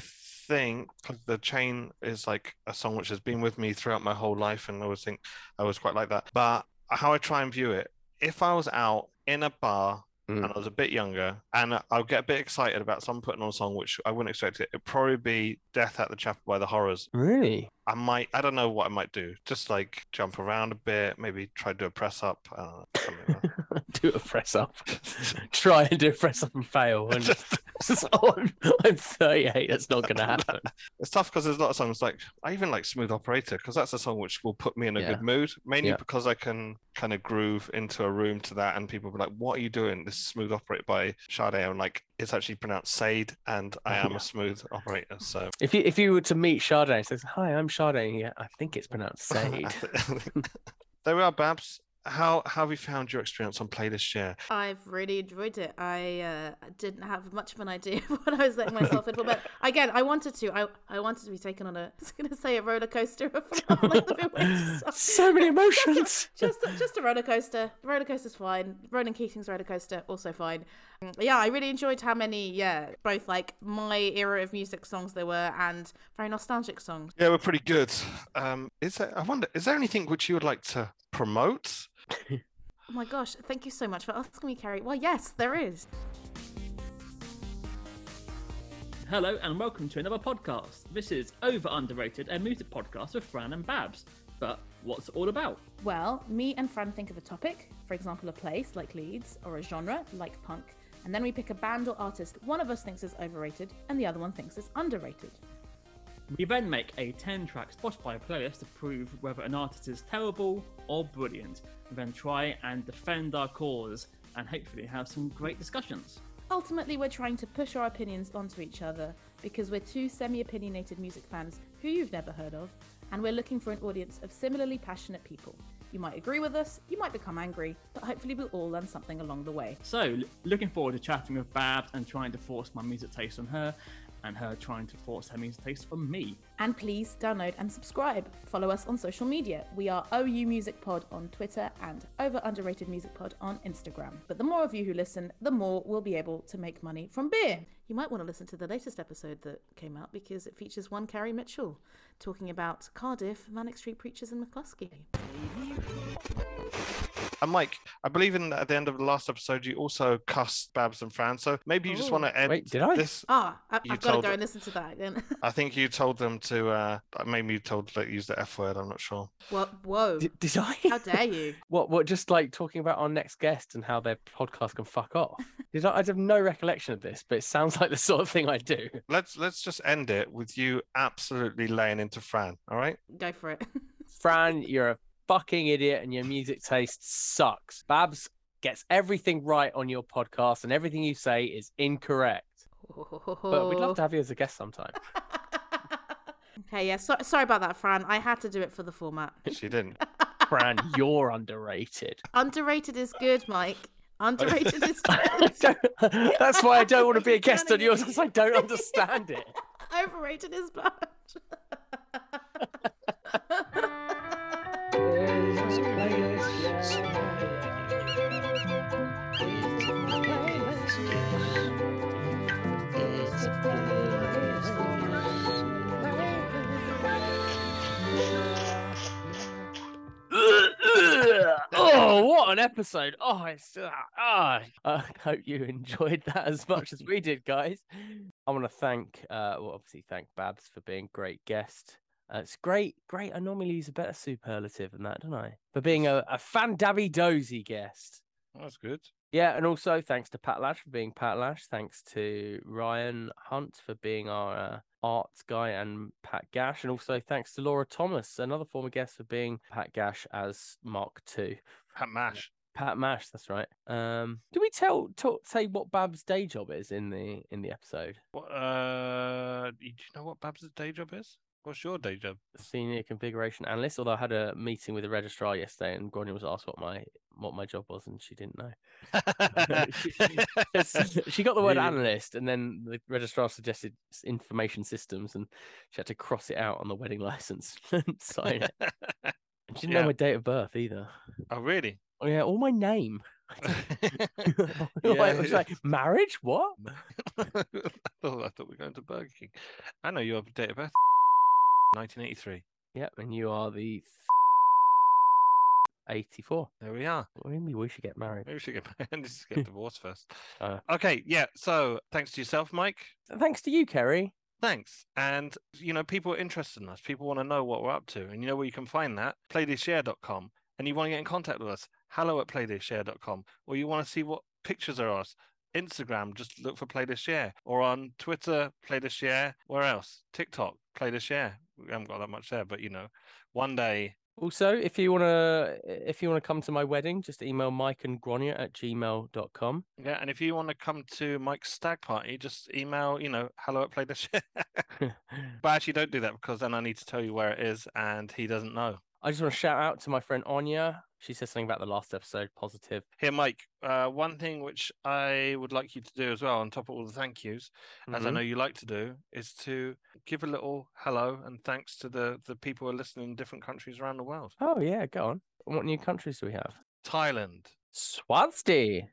B: think the chain is like a song which has been with me throughout my whole life, and I always think I always quite like that. But how I try and view it, if I was out in a bar
A: Hmm.
B: and I was a bit younger, and I'll get a bit excited about someone putting on a song which I wouldn't expect it. It'd probably be "Death at the Chapel" by the Horrors.
A: Really?
B: I might, I don't know what I might do. Just like jump around a bit, maybe try to do a press up. I don't know, something like that.
A: do a press up. Try and do a press up and fail. And just, oh, I'm, I'm 38. That's not going to happen.
B: It's tough because there's a lot of songs like I even like Smooth Operator because that's a song which will put me in a
A: Yeah.
B: good mood, mainly
A: Yeah.
B: because I can kind of groove into a room to that, and people be like, "What are you doing?" This is Smooth Operator by Sade. I'm like, it's actually pronounced Sade, and I am a smooth operator. So
A: If you if you were to meet Sade and says, "Hi, I'm Sade," yeah, I think it's pronounced Sade.
B: there we are, Babs. How, how have you found your experience on Playlist Share?
C: I've really enjoyed it. I uh, didn't have much of an idea of what I was letting myself in for, but again, I wanted to. I, I wanted to be taken on a. I was going to say a roller coaster of love, like the Bewitched song.
A: so many emotions.
C: just a- just a roller coaster. The roller coaster's fine. Ronan Keating's roller coaster also fine. Mm, Yeah, I really enjoyed how many yeah both like my era of music songs there were and very nostalgic songs.
B: Yeah, we're pretty good. Um, is there, I wonder, is there anything which you would like to promote?
C: Oh my gosh, thank you so much for asking me, Carrie. Well, yes, there is.
M: Hello and welcome to another podcast. This is Over Underrated, a music podcast with Fran and Babs. But what's it all about?
C: Well, me and Fran think of a topic, for example, a place like Leeds or a genre like punk, and then we pick a band or artist that one of us thinks is overrated and the other one thinks is underrated.
M: We then make a 10 track Spotify playlist to prove whether an artist is terrible or brilliant, and then try and defend our cause and hopefully have some great discussions.
C: Ultimately, we're trying to push our opinions onto each other because we're two semi opinionated music fans who you've never heard of, and we're looking for an audience of similarly passionate people. You might agree with us, you might become angry, but hopefully, we'll all learn something along the way.
M: So, l- looking forward to chatting with Babs and trying to force my music taste on her, and her trying to force her music taste on me.
C: And please download and subscribe. Follow us on social media. We are OU Music Pod on Twitter and Over Underrated Music Pod on Instagram. But the more of you who listen, the more we'll be able to make money from beer. You might want to listen to the latest episode that came out because it features one Carrie Mitchell talking about Cardiff, Manic Street Preachers, and McCluskey.
B: And Mike, I believe in at the end of the last episode you also cussed Babs and Fran, so maybe you just
C: Oh.
B: want to end
A: Wait, did I?
B: this.
C: Ah, I-
B: You
C: I've got to
B: told
C: go
B: it.
C: and listen to that again.
B: I think you told them to. Uh, maybe you told like use the F word. I'm not sure.
C: what? Whoa.
A: Did, did I?
C: How dare you?
A: What? What? Just like talking about our next guest and how their podcast can fuck off. Did I? I have no recollection of this, but it sounds like the sort of thing I do.
B: Let's let's just end it with you absolutely laying into Fran. All right.
C: Go for it.
A: Fran, you're a fucking idiot, and your music taste sucks. Babs gets everything right on your podcast, and everything you say is incorrect. But we'd love to have you as a guest sometime.
C: Okay, yeah. So- sorry about that, Fran. I had to do it for the format.
B: She didn't.
A: Fran, you're underrated.
C: Underrated is good, Mike. Underrated is
A: That's why I don't want to be a guest on yours because I don't understand it.
C: overrated is bad.
A: oh, what an episode! Oh, it's uh, ah. I hope you enjoyed that as much as we did, guys. I want to thank, uh, well, obviously, thank Babs for being a great guest. Uh, it's great, great. I normally use a better superlative than that, don't I? For being a, a fandabby dozy guest.
B: That's good.
A: Yeah, and also thanks to Pat Lash for being Pat Lash. Thanks to Ryan Hunt for being our uh, art guy and Pat Gash. And also thanks to Laura Thomas, another former guest, for being Pat Gash as Mark II.
B: Pat Mash.
A: Pat Mash, that's right. Um, do we tell talk, say what Bab's day job is in the in the episode?
B: What, uh, do you know what Babs' day job is? What's your day job?
A: Senior configuration analyst. Although I had a meeting with the registrar yesterday, and Gordon was asked what my what my job was, and she didn't know. she, she got the word
B: Really?
A: analyst, and then the registrar suggested s- information systems, and she had to cross it out on the wedding license and sign it. And she didn't
B: Yeah.
A: know my date of birth either.
B: Oh, really?
A: Oh, yeah, all my name. Like, it was like marriage. What?
B: oh, I thought we were going to Burger King. I know your date of birth, 1983.
A: Yep, and you are the 84.
B: There we are.
A: Maybe we should get married.
B: Maybe we should get, let's get divorced first.
A: Uh,
B: Okay, yeah. So thanks to yourself, Mike.
A: Thanks to you, Kerry.
B: Thanks. And, you know, people are interested in us. People want to know what we're up to. And you know where you can find that? Playthisyear.com. And you want to get in contact with us, hello at playthisyear.com. Or you want to see what pictures are us, Instagram, just look for Play This Year. Or on Twitter, Play This Year. Where else? TikTok, Play This Year. We haven't got that much there, but, you know, one day
A: Also, if you wanna if you wanna come to my wedding, just email Mike and Gronya at gmail.com.
B: Yeah, and if you want to come to Mike's stag party, just email, you know, hello at play this shit. but actually, don't do that because then I need to tell you where it is, and he doesn't know.
A: I just want to shout out to my friend Anya. She says something about the last episode, positive.
B: Here, Mike, uh, one thing which I would like you to do as well, on top of all the thank yous, as I
A: Mhm.
B: know you like to do, is to give a little hello and thanks to the the people who are listening in different countries around the world.
A: Oh yeah, go on. What new countries do we have?
B: Thailand,
A: Swansea.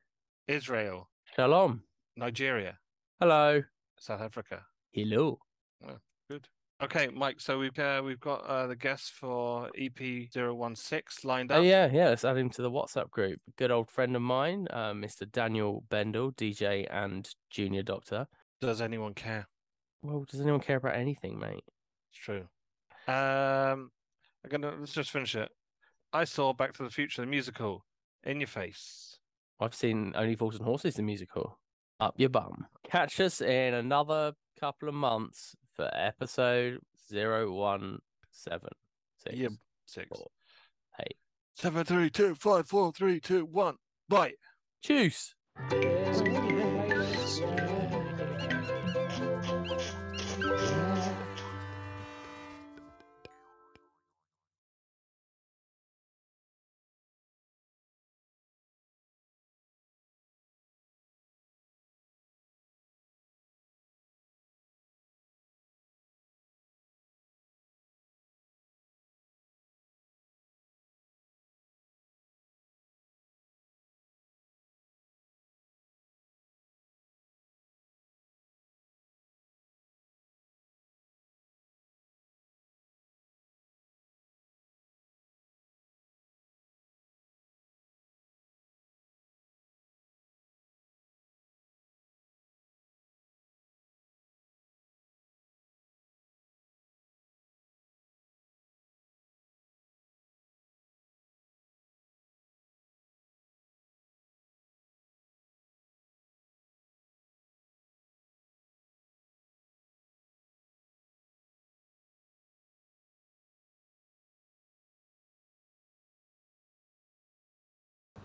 B: Israel,
A: Shalom.
B: Nigeria,
A: Hello.
B: South Africa.
A: Hello.
B: Oh, good. Okay, Mike. So we've uh, we've got uh, the guests for E EP 016 lined up.
A: Oh yeah, yeah. Let's add him to the WhatsApp group. Good old friend of mine, uh, Mr. Daniel Bendel, DJ and Junior Doctor.
B: Does anyone care?
A: Well, does anyone care about anything, mate?
B: It's true. Um, I'm gonna let's just finish it. I saw Back to the Future the musical in your face.
A: I've seen Only Fools and Horses, the musical. Up your bum. Catch us in another couple of months for episode 0176.
B: Yep, six.
A: Four, eight.
B: Seven, three, two, five, four, three, two, one. Bye.
A: Cheers.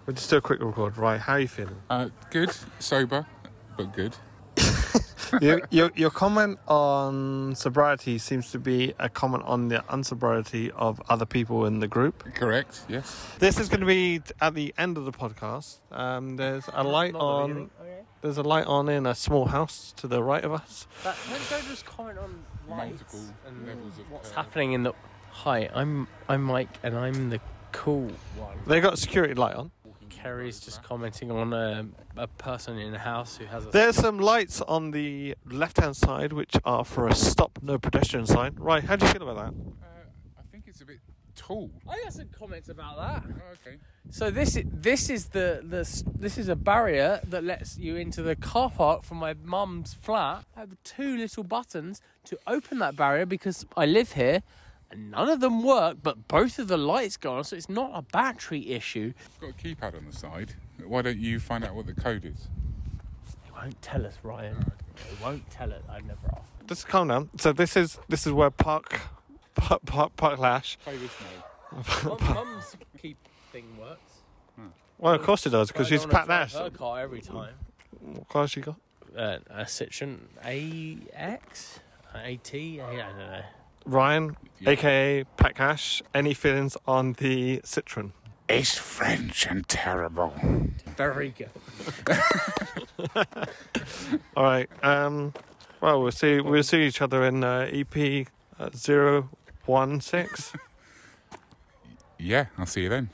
B: We'll just do a quick record. Right, how are you feeling?
I: Uh, good, sober, but good.
B: your, your your comment on sobriety seems to be a comment on the unsobriety of other people in the group.
I: Correct. Yes.
B: This is going to be at the end of the podcast. Um, there's a light on. There's a light on in a small house to the right of us.
A: That, don't just comment on
I: Multiple levels of
A: What's happening in the. Hi, I'm I'm Mike, and I'm the cool one.
B: They got a security light on.
A: Kerry's just commenting on a, a person in a house who has a.
B: There's some lights on the left-hand side, which are for a stop no pedestrian sign. Right, how do you feel about that?
I: I think it's a bit tall. Oh,
A: I got some comments about that.
I: okay.
A: So this i- this is the the s- this is a barrier that lets you into the car park from my mum's flat. I have two little buttons to open that barrier because I live here and none of them work, but both of the lights go on, so it's not a battery issue.
M: Got a keypad on the side. Why don't you find out what the code is?
A: They won't tell us, Ryan. They won't tell it. I've never asked.
G: This calm down. So this is this is where Park Park Park, park Lash.
A: Mum- Mum's key thing works.
G: well, of course it does
A: I
G: because
A: don't
G: she's
A: wanna
G: Pat
A: drive
G: Lash.
A: Her car every time.
G: What car has she got?
A: Uh, a Citroen AX, AT, I don't know.
G: Ryan, aka Pat Cash. Any feelings on the Citroen?
N: It's French and terrible.
A: Very good.
G: All right. Um. Well, we'll see. We'll see each other in uh, EP uh, 016.
M: Yeah, I'll see you then.